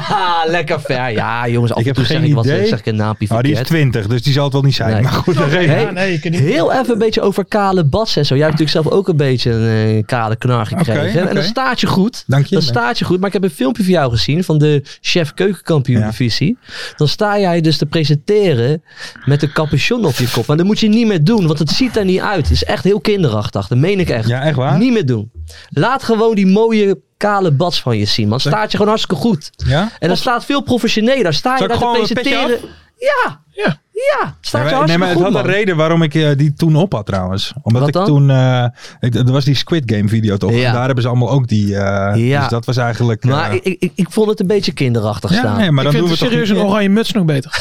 [SPEAKER 5] Ah, Lekker ver. Ja, jongens, af
[SPEAKER 4] Oh. Ik heb
[SPEAKER 5] en toe zeg
[SPEAKER 4] geen
[SPEAKER 5] ik wat
[SPEAKER 4] idee.
[SPEAKER 5] zeg ik een naampje
[SPEAKER 4] Oh, die is
[SPEAKER 5] verkeerd.
[SPEAKER 4] 20, dus die zal het wel niet zijn.
[SPEAKER 5] Nee.
[SPEAKER 4] Maar goed, dat geeft
[SPEAKER 5] Hey,
[SPEAKER 6] Ja, nee, je kunt niet.
[SPEAKER 5] Heel even een beetje over kale bats en zo. Jij hebt natuurlijk zelf ook een beetje een eh, kale knar gekregen.
[SPEAKER 4] Oké,
[SPEAKER 5] En
[SPEAKER 4] oké.
[SPEAKER 5] dan staat je goed.
[SPEAKER 4] Dank je.
[SPEAKER 5] Dan staat je goed. Maar ik heb een filmpje van jou gezien van de chef keukenkampioen
[SPEAKER 4] Ja.
[SPEAKER 5] divisie. Dan sta jij dus te presenteren met een capuchon op je kop. Maar dat moet je niet meer doen, want het ziet er niet uit. Het is echt heel kinderachtig. Dat meen ik echt.
[SPEAKER 4] Ja, echt waar?
[SPEAKER 5] Niet meer doen. Laat gewoon die mooie kale bats van je zien. Want staat je gewoon hartstikke goed.
[SPEAKER 4] Ja?
[SPEAKER 5] En dat staat veel professioneler. Sta je
[SPEAKER 4] Zal ik
[SPEAKER 5] daar te
[SPEAKER 4] gewoon een petje
[SPEAKER 5] presenteren. Ja,
[SPEAKER 6] Ja.
[SPEAKER 5] ja.
[SPEAKER 4] Nee,
[SPEAKER 5] Staat je
[SPEAKER 4] maar, nee,
[SPEAKER 5] hartstikke
[SPEAKER 4] maar het
[SPEAKER 5] goed,
[SPEAKER 4] had
[SPEAKER 5] man.
[SPEAKER 4] een reden waarom ik eh, die toen op had trouwens. Omdat
[SPEAKER 5] Wat
[SPEAKER 4] ik
[SPEAKER 5] dan?
[SPEAKER 4] toen... eh, ik, er was die Squid Game video toch?
[SPEAKER 5] Ja.
[SPEAKER 4] En daar hebben ze allemaal ook die... eh,
[SPEAKER 5] Ja.
[SPEAKER 4] Dus dat was eigenlijk... eh,
[SPEAKER 5] Maar ik, ik, ik- ik vond het een beetje kinderachtig
[SPEAKER 4] ja,
[SPEAKER 5] staan.
[SPEAKER 4] nee, maar
[SPEAKER 6] ik
[SPEAKER 4] dan doen
[SPEAKER 6] vind
[SPEAKER 4] we
[SPEAKER 6] het
[SPEAKER 4] toch
[SPEAKER 6] serieus
[SPEAKER 4] niet-
[SPEAKER 6] een oranje muts nog beter.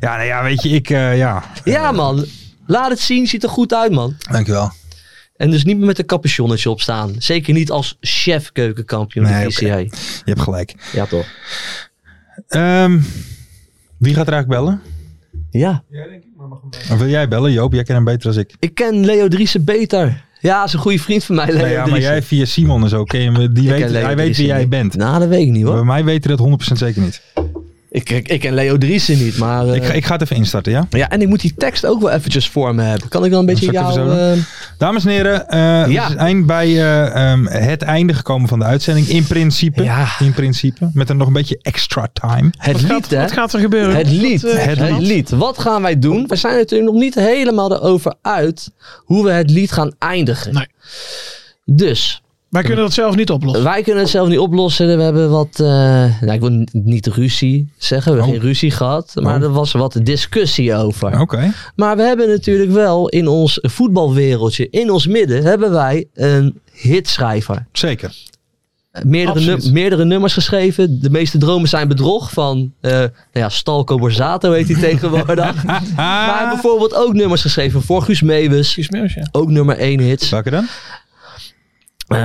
[SPEAKER 4] Ja, nee, ja, weet je, ik... eh, ja,
[SPEAKER 5] Ja, man. Laat het zien. Ziet er goed uit, man.
[SPEAKER 4] dankjewel.
[SPEAKER 5] En dus niet meer met een capuchonnetje op staan. Zeker niet als chef keukenkampioen
[SPEAKER 4] Nee,
[SPEAKER 5] nee, divisie. hè.
[SPEAKER 4] Je hebt gelijk.
[SPEAKER 5] Ja, toch?
[SPEAKER 4] Ehm, wie gaat er eigenlijk bellen?
[SPEAKER 5] Ja.
[SPEAKER 4] Of wil jij bellen, Joop? Jij kent hem beter dan ik.
[SPEAKER 5] Ik ken Leo Driessen beter. Ja, is een goede vriend van mij, Leo
[SPEAKER 4] Nee, ja, maar
[SPEAKER 5] Driessen.
[SPEAKER 4] jij via Simon en zo ken je hem. Die
[SPEAKER 5] Ik ken
[SPEAKER 4] weet,
[SPEAKER 5] Leo
[SPEAKER 4] hij weet
[SPEAKER 5] Driessen
[SPEAKER 4] wie jij
[SPEAKER 5] niet.
[SPEAKER 4] bent.
[SPEAKER 5] Nou, dat weet ik niet,
[SPEAKER 4] Bij
[SPEAKER 5] hoor.
[SPEAKER 4] mij weet hij dat 100% zeker niet.
[SPEAKER 5] Ik, ik, ik ken Leo Driessen niet, maar... eh,
[SPEAKER 4] Ik, ga- ik ga het even instarten, ja?
[SPEAKER 5] Ja, en ik moet die tekst ook wel eventjes voor me hebben. Kan ik dan een beetje
[SPEAKER 4] Zal ik
[SPEAKER 5] jou...
[SPEAKER 4] even zo
[SPEAKER 5] eh,
[SPEAKER 4] Dames en heren, eh,
[SPEAKER 5] Ja.
[SPEAKER 4] we zijn bij eh, ehm, het einde gekomen van de uitzending. In principe.
[SPEAKER 5] Ja.
[SPEAKER 4] In principe. Met een nog een beetje extra time.
[SPEAKER 5] het lied,
[SPEAKER 6] Wat gaat,
[SPEAKER 5] hè?
[SPEAKER 6] wat gaat er gebeuren?
[SPEAKER 5] Het lied.
[SPEAKER 6] Wat, eh,
[SPEAKER 5] het
[SPEAKER 6] wat?
[SPEAKER 5] lied. Wat gaan wij doen? We zijn natuurlijk nog niet helemaal erover uit hoe we het lied gaan eindigen.
[SPEAKER 6] Nee.
[SPEAKER 5] Dus,
[SPEAKER 6] Wij kunnen dat zelf niet oplossen.
[SPEAKER 5] wij kunnen het zelf niet oplossen. We hebben wat, eh, nou, ik wil n- niet ruzie zeggen. We hebben
[SPEAKER 4] Oh.
[SPEAKER 5] geen ruzie gehad. Maar
[SPEAKER 4] Oh.
[SPEAKER 5] er was wat discussie over.
[SPEAKER 6] Oh.
[SPEAKER 4] Oké.
[SPEAKER 5] Maar we hebben natuurlijk wel in ons voetbalwereldje, in ons midden, hebben wij een hitschrijver.
[SPEAKER 4] Zeker.
[SPEAKER 5] Meerdere,
[SPEAKER 6] Absoluut.
[SPEAKER 5] num- meerdere nummers geschreven. De meeste dromen zijn bedrog van eh nou ja, Stalko Borzato heet hij tegenwoordig.
[SPEAKER 4] Ah,
[SPEAKER 5] Maar hij heeft bijvoorbeeld ook nummers geschreven voor Guus Meeuwis.
[SPEAKER 6] Guus Meeuwis, ja.
[SPEAKER 5] Ook nummer 1 hits.
[SPEAKER 4] Welke dan?
[SPEAKER 5] Eh,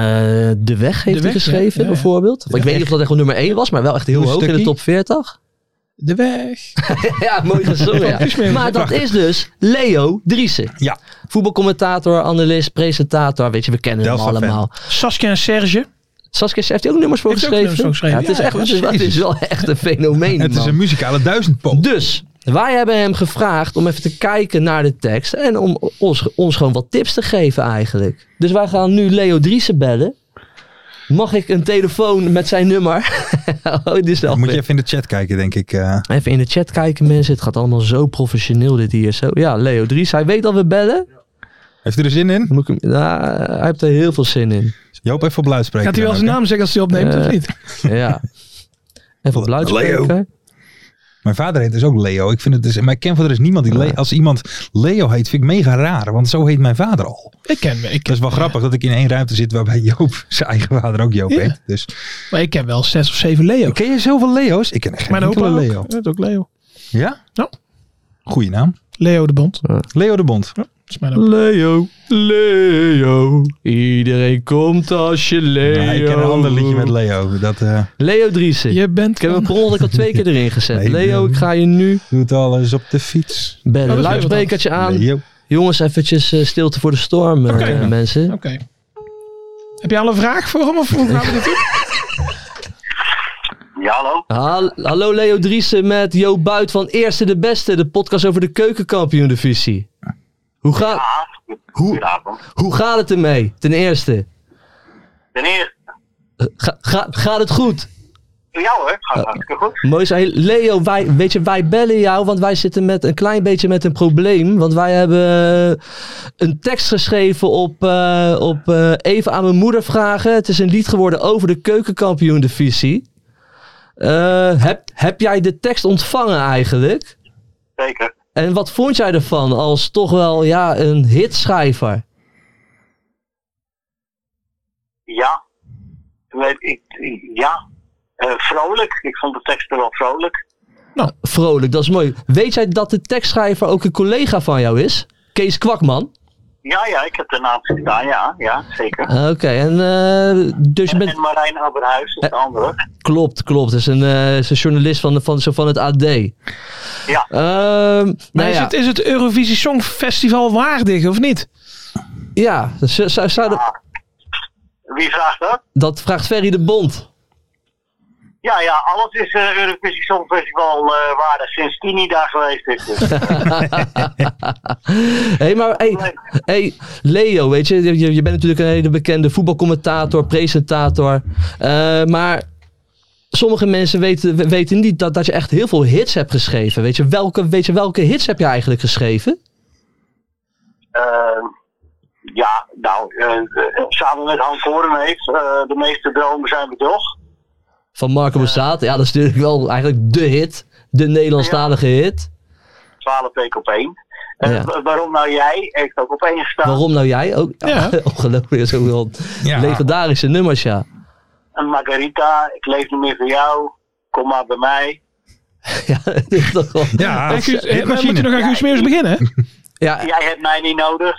[SPEAKER 5] de Weg heeft
[SPEAKER 6] De
[SPEAKER 5] hij
[SPEAKER 6] Weg, ja.
[SPEAKER 5] geschreven,
[SPEAKER 6] Ja, ja.
[SPEAKER 5] bijvoorbeeld. ik weet niet of dat echt wel nummer 1 was, maar wel echt heel
[SPEAKER 4] Doe
[SPEAKER 5] hoog
[SPEAKER 4] een
[SPEAKER 5] in de
[SPEAKER 4] stukje.
[SPEAKER 5] top 40.
[SPEAKER 6] De weg.
[SPEAKER 5] ja, mooi gezongen. ja.
[SPEAKER 6] Guus Meeuwis,
[SPEAKER 5] Maar dat is dus Leo Driessen.
[SPEAKER 4] Ja.
[SPEAKER 5] Voetbalcommentator, analist, presentator. Weet je, we kennen
[SPEAKER 4] Delft
[SPEAKER 5] hem
[SPEAKER 4] fan.
[SPEAKER 5] allemaal.
[SPEAKER 6] Saskia en Serge.
[SPEAKER 5] Saskia heeft hij ook nummers voor
[SPEAKER 6] Heeft ook
[SPEAKER 5] geschreven.
[SPEAKER 6] nummers voor geschreven.
[SPEAKER 5] Ja, het, is
[SPEAKER 6] Ja,
[SPEAKER 5] echt, het, is, het
[SPEAKER 4] jezus.
[SPEAKER 5] is wel echt een fenomeen.
[SPEAKER 4] Het is
[SPEAKER 5] man.
[SPEAKER 4] een muzikale duizendpoot.
[SPEAKER 5] Dus wij hebben hem gevraagd om even te kijken naar de tekst. En om ons, ons gewoon wat tips te geven eigenlijk. Dus wij gaan nu Leo Driessen bellen. Mag ik een telefoon met zijn nummer? oh, dit is wel
[SPEAKER 4] moet je
[SPEAKER 5] vet.
[SPEAKER 4] even in de chat kijken, denk ik. eh.
[SPEAKER 5] Even in de chat kijken, mensen. Het gaat allemaal zo professioneel, dit hier. Zo. Ja, Leo Dries. Hij weet dat we bellen.
[SPEAKER 4] heeft u er zin in?
[SPEAKER 5] Dan Moet ik hem, Ja, hij heeft er heel veel zin in.
[SPEAKER 4] Joop, even op luid spreken.
[SPEAKER 6] Gaat hij wel
[SPEAKER 4] dan
[SPEAKER 6] zijn
[SPEAKER 4] ook, hè?
[SPEAKER 6] naam zeggen als hij opneemt of
[SPEAKER 5] Eh,
[SPEAKER 6] niet?
[SPEAKER 5] Ja. Even op luid
[SPEAKER 4] Leo.
[SPEAKER 5] spreken.
[SPEAKER 4] Mijn vader heet dus ook Leo. Ik vind het dus, maar ik ken voor de rest niemand die Le- Als iemand Leo heet, vind ik mega raar. Want zo heet mijn vader al.
[SPEAKER 6] Ik ken, ik
[SPEAKER 4] Dat
[SPEAKER 6] ken,
[SPEAKER 4] is wel grappig dat ik in één ruimte zit waarbij Joop zijn eigen vader ook Joop
[SPEAKER 6] Ja.
[SPEAKER 4] heet. Dus
[SPEAKER 6] maar ik ken wel zes of zeven Leo's.
[SPEAKER 4] ken je zoveel Leo's? Ik ken echt geen
[SPEAKER 6] Mijn opa
[SPEAKER 4] enkele
[SPEAKER 6] nou ook.
[SPEAKER 4] Leo.
[SPEAKER 6] Ja, dat is ook Leo.
[SPEAKER 4] Ja?
[SPEAKER 6] Ja.
[SPEAKER 4] Goeie naam.
[SPEAKER 6] Leo de Bond.
[SPEAKER 4] Leo de Bond.
[SPEAKER 6] Dat is nou- mijn opa.
[SPEAKER 5] Leo, Leo. Iedereen komt als je Leo.
[SPEAKER 4] Ja, ik ken een ander liedje met Leo. Dat eh,
[SPEAKER 5] Leo Driessen.
[SPEAKER 6] Je bent...
[SPEAKER 5] Ik heb hem per ongeluk al twee keer erin gezet.
[SPEAKER 4] Nee,
[SPEAKER 5] Leo,
[SPEAKER 4] nee.
[SPEAKER 5] ik ga je nu
[SPEAKER 4] doet alles op de fiets.
[SPEAKER 5] bellen.
[SPEAKER 6] Oh, dat is
[SPEAKER 5] Luidsprekertje aan.
[SPEAKER 4] Leo.
[SPEAKER 5] Jongens, eventjes eh, stilte voor de storm, eh,
[SPEAKER 6] Oké.
[SPEAKER 5] mensen.
[SPEAKER 6] Oké. Heb je al een vraag voor hem of hoe gaan we dit doen?
[SPEAKER 7] Ja, hallo?
[SPEAKER 5] Ha- Hallo Leo Driessen met Jo Buit van Eerste de Beste, de podcast over de keukenkampioen-divisie. Hoe, ga,
[SPEAKER 7] Ah, goedenavond.
[SPEAKER 5] hoe gaat het ermee, ten eerste?
[SPEAKER 7] Ten eerste,
[SPEAKER 5] Ga, ga- gaat het goed?
[SPEAKER 7] ja hoor, gaat hartstikke goed.
[SPEAKER 5] Mooi zei Leo, wij, weet je, wij bellen jou, want wij zitten met een klein beetje met een probleem. Want wij hebben eh, een tekst geschreven op, eh, op eh, Even aan mijn moeder vragen. Het is een lied geworden over de keukenkampioen-divisie. Eh, heb, heb jij de tekst ontvangen eigenlijk?
[SPEAKER 7] Zeker.
[SPEAKER 5] En wat vond jij ervan als toch wel ja, een hitschrijver?
[SPEAKER 7] Ja. Ik, ik- ja. Eh, vrolijk. Ik vond de teksten wel vrolijk.
[SPEAKER 5] Vrolijk, dat is mooi. Weet jij dat de tekstschrijver ook een collega van jou is? Kees Kwakman?
[SPEAKER 7] Ja, ja, ik heb de naam gedaan, ja, ja, zeker.
[SPEAKER 5] Oké, en eh, dus je bent... Eh.
[SPEAKER 7] En Marijn Aberhuis is de andere.
[SPEAKER 5] Klopt, klopt. Dat is een, eh, is een journalist van, de- van, zo van het AD.
[SPEAKER 7] Ja.
[SPEAKER 5] Ehm,
[SPEAKER 6] Maar
[SPEAKER 5] nou
[SPEAKER 6] is,
[SPEAKER 5] ja,
[SPEAKER 6] het, is het Eurovisie Songfestival waardig of niet?
[SPEAKER 5] ja z- z- zou dat-
[SPEAKER 7] Wie vraagt dat?
[SPEAKER 5] dat vraagt Ferry de Bond.
[SPEAKER 7] Ja, ja, alles is eh Eurovisie Songfestival eh waardig sinds Tini daar geweest is. Dus.
[SPEAKER 5] Hé, maar hey, hey, Leo, weet je, je, je bent natuurlijk een hele bekende voetbalcommentator, presentator. Eh, maar sommige mensen weten, we- weten niet dat, dat je echt heel veel hits hebt geschreven. Weet je, welke, weet je, welke hits heb je eigenlijk geschreven?
[SPEAKER 7] Eh, ja, nou, eh, eh, samen met Han Korenheef, eh de meeste dromen zijn bedrog.
[SPEAKER 5] Van Marco Borsato. Ja, dat is natuurlijk wel eigenlijk de hit. De Nederlandstalige hit.
[SPEAKER 7] 12 weken op één. Eh,
[SPEAKER 5] Ja.
[SPEAKER 7] wa- Waarom nou jij? Heeft ook op één gestaan.
[SPEAKER 5] Waarom nou jij ook?
[SPEAKER 6] Ja.
[SPEAKER 5] Ongelooflijk, is ook wel
[SPEAKER 4] Ja.
[SPEAKER 5] legendarische nummers, ja.
[SPEAKER 7] En Margarita, ik leef niet meer voor jou. Kom maar bij mij.
[SPEAKER 5] Ja, dat is toch wel-
[SPEAKER 4] Ah, Ja,
[SPEAKER 6] Ja, Guus, eh, we
[SPEAKER 4] hitmachine.
[SPEAKER 6] moeten nog aan Guus Meeuwis beginnen. hè?
[SPEAKER 5] ja
[SPEAKER 7] Jij hebt mij niet nodig.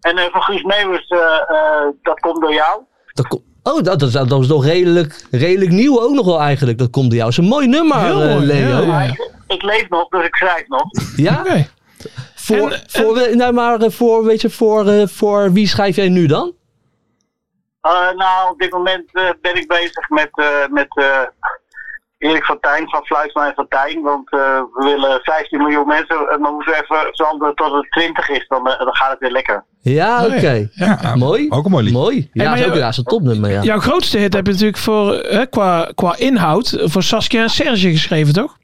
[SPEAKER 7] En eh van Guus Meeuwis, eh, eh, dat komt door jou.
[SPEAKER 5] dat kom- oh, dat, dat, dat is toch redelijk, redelijk nieuw ook nog wel eigenlijk. Dat komt door jou. Dat is een mooi nummer,
[SPEAKER 6] Heel
[SPEAKER 5] eh,
[SPEAKER 6] mooi,
[SPEAKER 5] Leo.
[SPEAKER 6] ja,
[SPEAKER 5] Ja?
[SPEAKER 6] ja.
[SPEAKER 7] Ik leef nog, dus ik schrijf nog.
[SPEAKER 6] Oké.
[SPEAKER 5] Voor,
[SPEAKER 6] En-
[SPEAKER 5] voor, we- nou, maar eh, voor, weet je, voor, eh, voor wie schrijf jij nu dan?
[SPEAKER 7] Eh, nou, op dit moment eh, ben ik bezig met, eh, met eh, Erik van Tijn van Fluitma en van Tijn. Want eh, we willen 15 miljoen mensen, eh, maar we moeten even veranderen tot het 20 is. Dan, eh, dan gaat het weer lekker.
[SPEAKER 5] Ja, oké.
[SPEAKER 6] Mooi.
[SPEAKER 4] Ja, nou,
[SPEAKER 5] Mooi.
[SPEAKER 4] Ook een mooi lied.
[SPEAKER 5] Mooi. Ja,
[SPEAKER 6] maar
[SPEAKER 5] dat is ook
[SPEAKER 6] jij-
[SPEAKER 5] ja, is een topnummer, ja.
[SPEAKER 6] Jouw grootste hit heb je natuurlijk voor, hè, qua, qua inhoud voor Saskia en Serge geschreven, toch?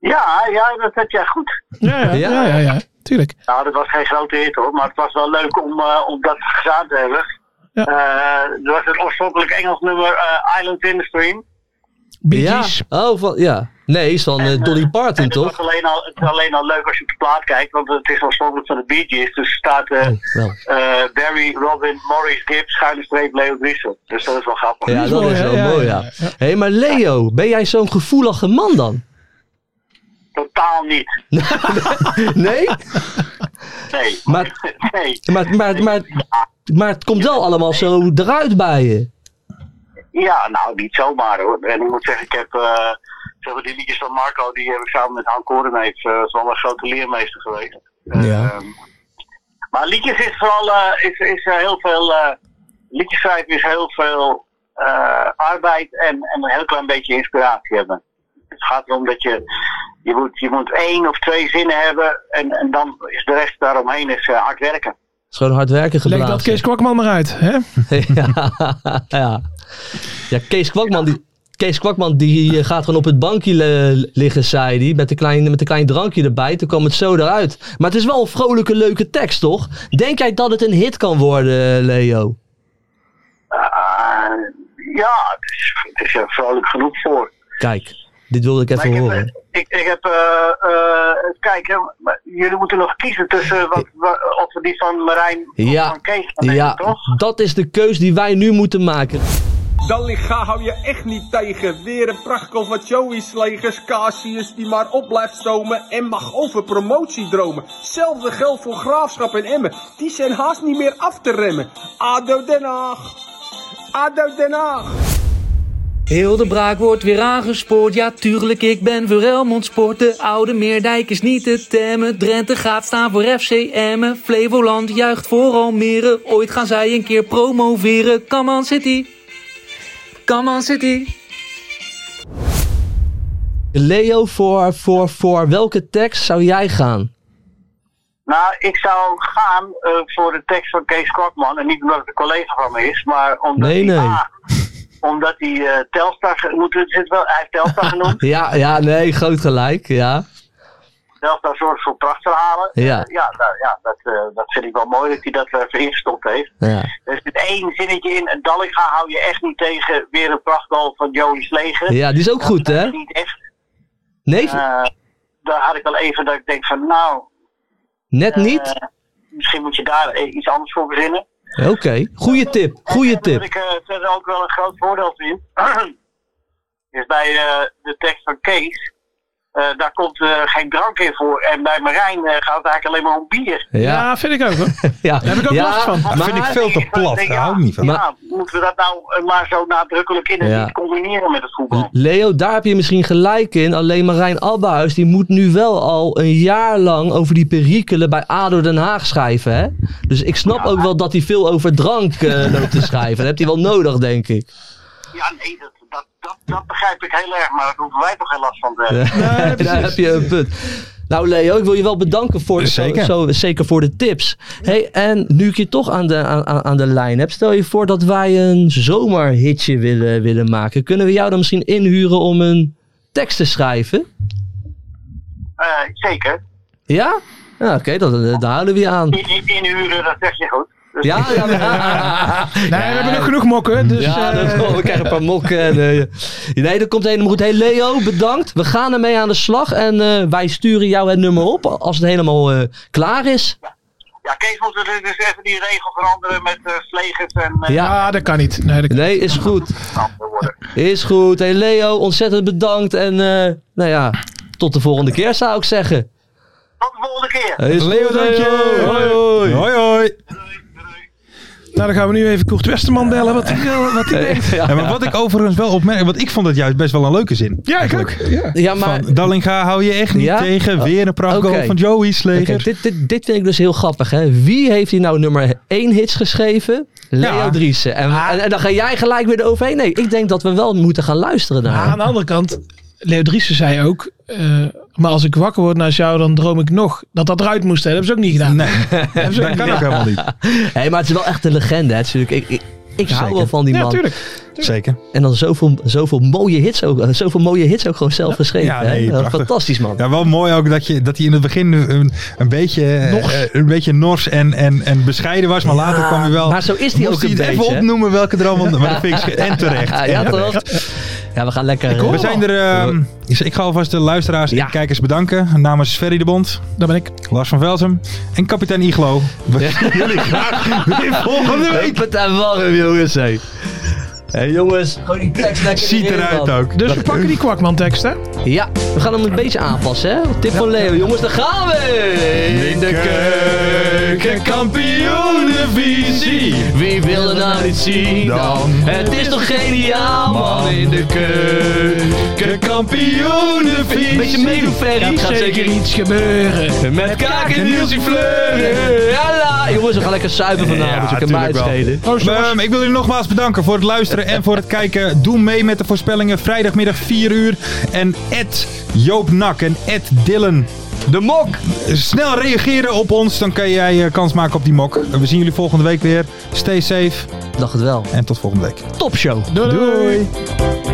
[SPEAKER 7] Ja, ja, dat heb jij goed.
[SPEAKER 6] Ja, ja,
[SPEAKER 5] Ja.
[SPEAKER 6] ja. ja, ja. Tuurlijk.
[SPEAKER 7] Nou, dat was geen grote hit hoor, maar het was wel leuk om, eh, om dat gedaan te hebben.
[SPEAKER 6] Ja.
[SPEAKER 7] Eh, er was het oorspronkelijk Engels nummer eh, Island in the Stream.
[SPEAKER 6] Bee
[SPEAKER 5] Ja.
[SPEAKER 6] Gees.
[SPEAKER 5] Oh, van, ja. Nee, is van eh,
[SPEAKER 7] En, eh,
[SPEAKER 5] Dolly
[SPEAKER 7] En
[SPEAKER 5] Parton,
[SPEAKER 7] het, was
[SPEAKER 5] toch?
[SPEAKER 7] alleen al, het is alleen al leuk als je op de plaat kijkt, want het is oorspronkelijk van de Bee Gees. Dus er staat eh,
[SPEAKER 5] Oh, Wel.
[SPEAKER 7] eh Barry, Robin, Morris, Gibbs, schuine streep, Leo Driesen. Dus dat is wel grappig.
[SPEAKER 5] Ja, dat
[SPEAKER 6] mooi,
[SPEAKER 5] is
[SPEAKER 6] hè?
[SPEAKER 5] wel
[SPEAKER 6] Ja,
[SPEAKER 5] mooi,
[SPEAKER 6] ja,
[SPEAKER 5] ja. Hé, hey, maar Leo, ben jij zo'n gevoelige man dan?
[SPEAKER 7] Totaal niet.
[SPEAKER 5] Nee?
[SPEAKER 7] Nee.
[SPEAKER 5] Maar-
[SPEAKER 7] nee.
[SPEAKER 5] Maar, maar, maar, maar het komt wel allemaal zo eruit bij je.
[SPEAKER 7] Ja, nou, niet zomaar hoor. En ik moet zeggen, ik heb... eh, zeg maar, die liedjes van Marco, die heb ik samen met Han Korenheef. eh is wel een grote leermeester geweest. Eh,
[SPEAKER 5] Ja.
[SPEAKER 7] ehm, maar liedjes is vooral... eh, is, is eh, heel veel... eh liedjes schrijven is heel veel eh, arbeid en, en een heel klein beetje inspiratie hebben. Het gaat erom dat je... Je moet, je moet één of twee zinnen hebben en, en dan is de rest daaromheen is eh, hard werken.
[SPEAKER 5] is gewoon hard werken
[SPEAKER 6] Leg
[SPEAKER 5] geblazen.
[SPEAKER 6] dat Kees Kwakman maar uit. Hè?
[SPEAKER 5] ja, ja. ja, Kees Kwakman, die, Kees Kwakman die eh, gaat gewoon op het bankje le- liggen, zei hij. Met een, klein, met een klein drankje erbij. Toen kwam het zo eruit. Maar het is wel een vrolijke, leuke tekst, toch? Denk jij dat het een hit kan worden, eh, Leo?
[SPEAKER 7] Ah, ja, het is, het is er vrolijk genoeg voor.
[SPEAKER 5] Kijk, dit wilde ik
[SPEAKER 7] Maar
[SPEAKER 5] even
[SPEAKER 7] ik heb,
[SPEAKER 5] horen.
[SPEAKER 7] eh, ik, ik heb eh, eh, kijk, hè, maar jullie moeten nog kiezen tussen wat, wa- of we die van Marijn of
[SPEAKER 5] Ja.
[SPEAKER 7] van Kees gaan nemen,
[SPEAKER 5] Ja,
[SPEAKER 7] toch?
[SPEAKER 5] dat is de keus die wij nu moeten maken.
[SPEAKER 8] Dallinga hou je echt niet tegen. Weer een prachtkel van Joey's legers. Casius die maar op blijft stomen. En mag over promotie dromen. Hetzelfde geldt voor Graafschap en Emmen. Die zijn haast niet meer af te remmen. Ado Den Haag. Ado Den Haag.
[SPEAKER 9] Heel de braak wordt weer aangespoord. Ja, tuurlijk, ik ben voor Helmond Sport. De oude Meerdijk is niet te temmen. Drenthe gaat staan voor FC Emmen. Flevoland juicht voor Almere. Ooit gaan zij een keer promoveren. Come on City. Come on City.
[SPEAKER 5] Leo, voor, voor, voor welke tekst zou jij gaan?
[SPEAKER 7] Nou, ik zou gaan eh, voor de tekst van Kees Kwakman. En niet omdat het een collega van me is, maar omdat
[SPEAKER 5] Nee,
[SPEAKER 7] hij...
[SPEAKER 5] nee.
[SPEAKER 7] ah, omdat hij eh, Telstar... ge- Moet, het zit wel, hij heeft Telstar genoemd.
[SPEAKER 5] Ja, ja, nee, groot gelijk, ja.
[SPEAKER 7] Telstar zorgt voor prachtverhalen.
[SPEAKER 5] Ja.
[SPEAKER 7] Eh, ja, nou, ja dat, eh, dat vind ik wel mooi dat hij dat er even ingestopt heeft.
[SPEAKER 5] ja.
[SPEAKER 7] Er zit één zinnetje in. Dallinga hou je echt niet tegen. Weer een prachtbal van Joey Sleger.
[SPEAKER 5] Ja, die is ook goed, hè?
[SPEAKER 7] Niet echt.
[SPEAKER 5] Nee,
[SPEAKER 7] Eh, daar had ik wel even dat ik denk van, nou,
[SPEAKER 5] net niet?
[SPEAKER 7] misschien moet je daar eh, iets anders voor verzinnen.
[SPEAKER 5] Oké, goeie tip, goeie
[SPEAKER 7] En Daar heb
[SPEAKER 5] tip.
[SPEAKER 7] ik eh, verder ook wel een groot voordeel in. is bij eh, de tekst van Kees. eh, daar komt eh, geen drank in voor. En bij Marijn eh, gaat het eigenlijk alleen maar om bier.
[SPEAKER 6] Ja.
[SPEAKER 5] Ja,
[SPEAKER 6] vind ik ook hoor.
[SPEAKER 5] ja.
[SPEAKER 6] heb ik ook last van.
[SPEAKER 4] Dat vind ik
[SPEAKER 5] maar-
[SPEAKER 4] veel te
[SPEAKER 7] Ik
[SPEAKER 4] plat.
[SPEAKER 7] denk,
[SPEAKER 4] Daar
[SPEAKER 7] ja,
[SPEAKER 4] hou ik niet van.
[SPEAKER 7] ja, moeten we dat nou eh, maar zo nadrukkelijk in en
[SPEAKER 5] Ja.
[SPEAKER 7] niet combineren met het voetbal?
[SPEAKER 5] Leo, daar heb je misschien gelijk in. Alleen Marijn Abbehuis, die moet nu wel al een jaar lang over die perikelen bij ADO Den Haag schrijven, hè? Dus ik snap ook wel dat hij veel over drank eh, loopt te schrijven. Dat hebt hij wel nodig, denk ik.
[SPEAKER 7] Ja, nee, dat, dat, dat, dat begrijp ik heel erg. Maar daar hoeven wij toch geen last van te hebben.
[SPEAKER 5] daar heb je een punt. Nou Leo, ik wil je wel bedanken voor,
[SPEAKER 4] Zeker.
[SPEAKER 5] Zo, zo- zeker voor de tips. Hey, en nu ik je toch aan de, aan, aan- aan de lijn heb, stel je voor dat wij een zomerhitje willen, willen maken. Kunnen we jou dan misschien inhuren om een tekst te schrijven?
[SPEAKER 7] Eh, zeker.
[SPEAKER 5] Ja? Ja, oké, dat, eh, daar houden we je aan.
[SPEAKER 7] In, in, inhuren, dat zeg je goed. Dus
[SPEAKER 5] Ja, ja, ja.
[SPEAKER 6] Nee, we hebben nog genoeg mokken. Dus,
[SPEAKER 5] Ja,
[SPEAKER 6] eh,
[SPEAKER 5] dat- oh, we krijgen een paar mokken. En, eh, nee, dat komt helemaal goed. Hey Leo, bedankt. We gaan ermee aan de slag en eh, wij sturen jou het nummer op als het helemaal eh, klaar is.
[SPEAKER 7] Ja, Kees moet er dus even die regel veranderen met eh slegers en eh,
[SPEAKER 5] Ja.
[SPEAKER 6] Ah, dat kan niet. Nee, dat kan
[SPEAKER 5] Nee, is goed.
[SPEAKER 7] andere woorden.
[SPEAKER 5] Is goed. Hey Leo, ontzettend bedankt. En eh, nou ja, tot de volgende keer zou ik zeggen.
[SPEAKER 7] Tot de volgende keer.
[SPEAKER 5] Is
[SPEAKER 4] Leo,
[SPEAKER 5] goed,
[SPEAKER 4] dank je.
[SPEAKER 5] Hoi, hoi.
[SPEAKER 4] Hoi, hoi.
[SPEAKER 6] Nou, dan gaan we nu even Koert Westerman bellen. Wat hij wil, wat hij denkt.
[SPEAKER 4] Ja, maar wat ik overigens wel opmerk, want ik vond het juist best wel een leuke zin.
[SPEAKER 6] Ja, ik ook. Ja.
[SPEAKER 5] Ja, maar...
[SPEAKER 4] Van Dallinga hou je echt niet
[SPEAKER 5] Ja?
[SPEAKER 4] tegen. Weer een prachtgoal
[SPEAKER 5] Oké.
[SPEAKER 4] van Joey
[SPEAKER 5] Oké,
[SPEAKER 4] Sleger.
[SPEAKER 5] dit, dit, dit vind ik dus heel grappig. Hè? Wie heeft hier nou nummer 1 hits geschreven? Leo
[SPEAKER 4] Ja. Ah.
[SPEAKER 5] Driessen. En, en, en dan ga jij gelijk weer eroverheen. Nee, ik denk dat we wel moeten gaan luisteren naar
[SPEAKER 6] Maar
[SPEAKER 5] hem.
[SPEAKER 6] aan de andere kant, Leo Driessen zei ook... eh, maar als ik wakker word naast jou, dan droom ik nog. Dat dat eruit moest, hè. dat hebben ze ook niet gedaan.
[SPEAKER 4] Nee, dat kan ook helemaal niet.
[SPEAKER 5] Hey, maar het is wel echt een legende. Hè? Natuurlijk, ik, ik, ik hou
[SPEAKER 4] Zeker.
[SPEAKER 5] wel van die
[SPEAKER 6] Ja,
[SPEAKER 5] man.
[SPEAKER 6] tuurlijk.
[SPEAKER 4] Zeker.
[SPEAKER 5] en dan zoveel, zoveel, mooie hits ook, eh, zoveel mooie hits ook gewoon zelf geschreven.
[SPEAKER 4] ja,
[SPEAKER 5] hè?
[SPEAKER 4] nee, prachtig.
[SPEAKER 5] Fantastisch man.
[SPEAKER 4] Ja, wel mooi ook dat, je, dat hij in het begin een, een beetje, eh, eh, een beetje nors en, en, en bescheiden was. Maar later kwam hij wel...
[SPEAKER 5] maar zo is hij
[SPEAKER 4] moest
[SPEAKER 5] ook een
[SPEAKER 4] het
[SPEAKER 5] beetje,
[SPEAKER 4] even
[SPEAKER 5] hè?
[SPEAKER 4] opnoemen welke droom... Maar dat vind ik, sche- en terecht.
[SPEAKER 5] Ja,
[SPEAKER 4] en
[SPEAKER 5] ja,
[SPEAKER 4] terecht.
[SPEAKER 5] toch? Ja, we gaan lekker.
[SPEAKER 4] We zijn er... ehm, dus ik ga alvast de luisteraars
[SPEAKER 5] Ja.
[SPEAKER 4] en kijkers bedanken. Namens Ferry de Bond,
[SPEAKER 6] Daar ben ik.
[SPEAKER 4] Lars van Velzem en kapitein Iglo. We zien jullie graag weer volgende week.
[SPEAKER 5] het aan warm, jongens. Hé, hey, jongens. Gewoon die tekst lekker
[SPEAKER 4] Ziet
[SPEAKER 5] erin,
[SPEAKER 4] eruit
[SPEAKER 5] man.
[SPEAKER 4] ook.
[SPEAKER 6] Dus we pakken die Kwakman-tekst, hè.
[SPEAKER 5] Ja, we gaan hem een beetje aanpassen, hè? Tip van Leo, jongens, daar gaan we! In de
[SPEAKER 4] keukenkampioenenvisie.
[SPEAKER 5] Wie wil er nou niet zien dan? Het is toch geniaal, man! In de
[SPEAKER 4] Keukenkampioenenvisie.
[SPEAKER 5] Beetje meedoen, Ferry. Gaat zeker
[SPEAKER 6] iets gebeuren.
[SPEAKER 5] Met kaak en Nielsie Fleuren. Ja, la. Jongens, we gaan lekker zuipen vanavond,
[SPEAKER 4] Ja,
[SPEAKER 5] dus ik kan mij
[SPEAKER 4] tuurlijk wel.
[SPEAKER 5] uitschelen.
[SPEAKER 4] Ehm, ik wil jullie nogmaals bedanken voor het luisteren en voor het kijken. Doe mee met de voorspellingen vrijdagmiddag 4 uur. En at Joop Nak en at Dylan
[SPEAKER 5] De mok!
[SPEAKER 4] Snel reageren op ons, dan kan jij eh, kans maken op die mok. We zien jullie volgende week weer. Stay safe
[SPEAKER 5] Dacht het wel.
[SPEAKER 4] en tot volgende week.
[SPEAKER 5] Topshow!
[SPEAKER 6] Doei.
[SPEAKER 4] Doei.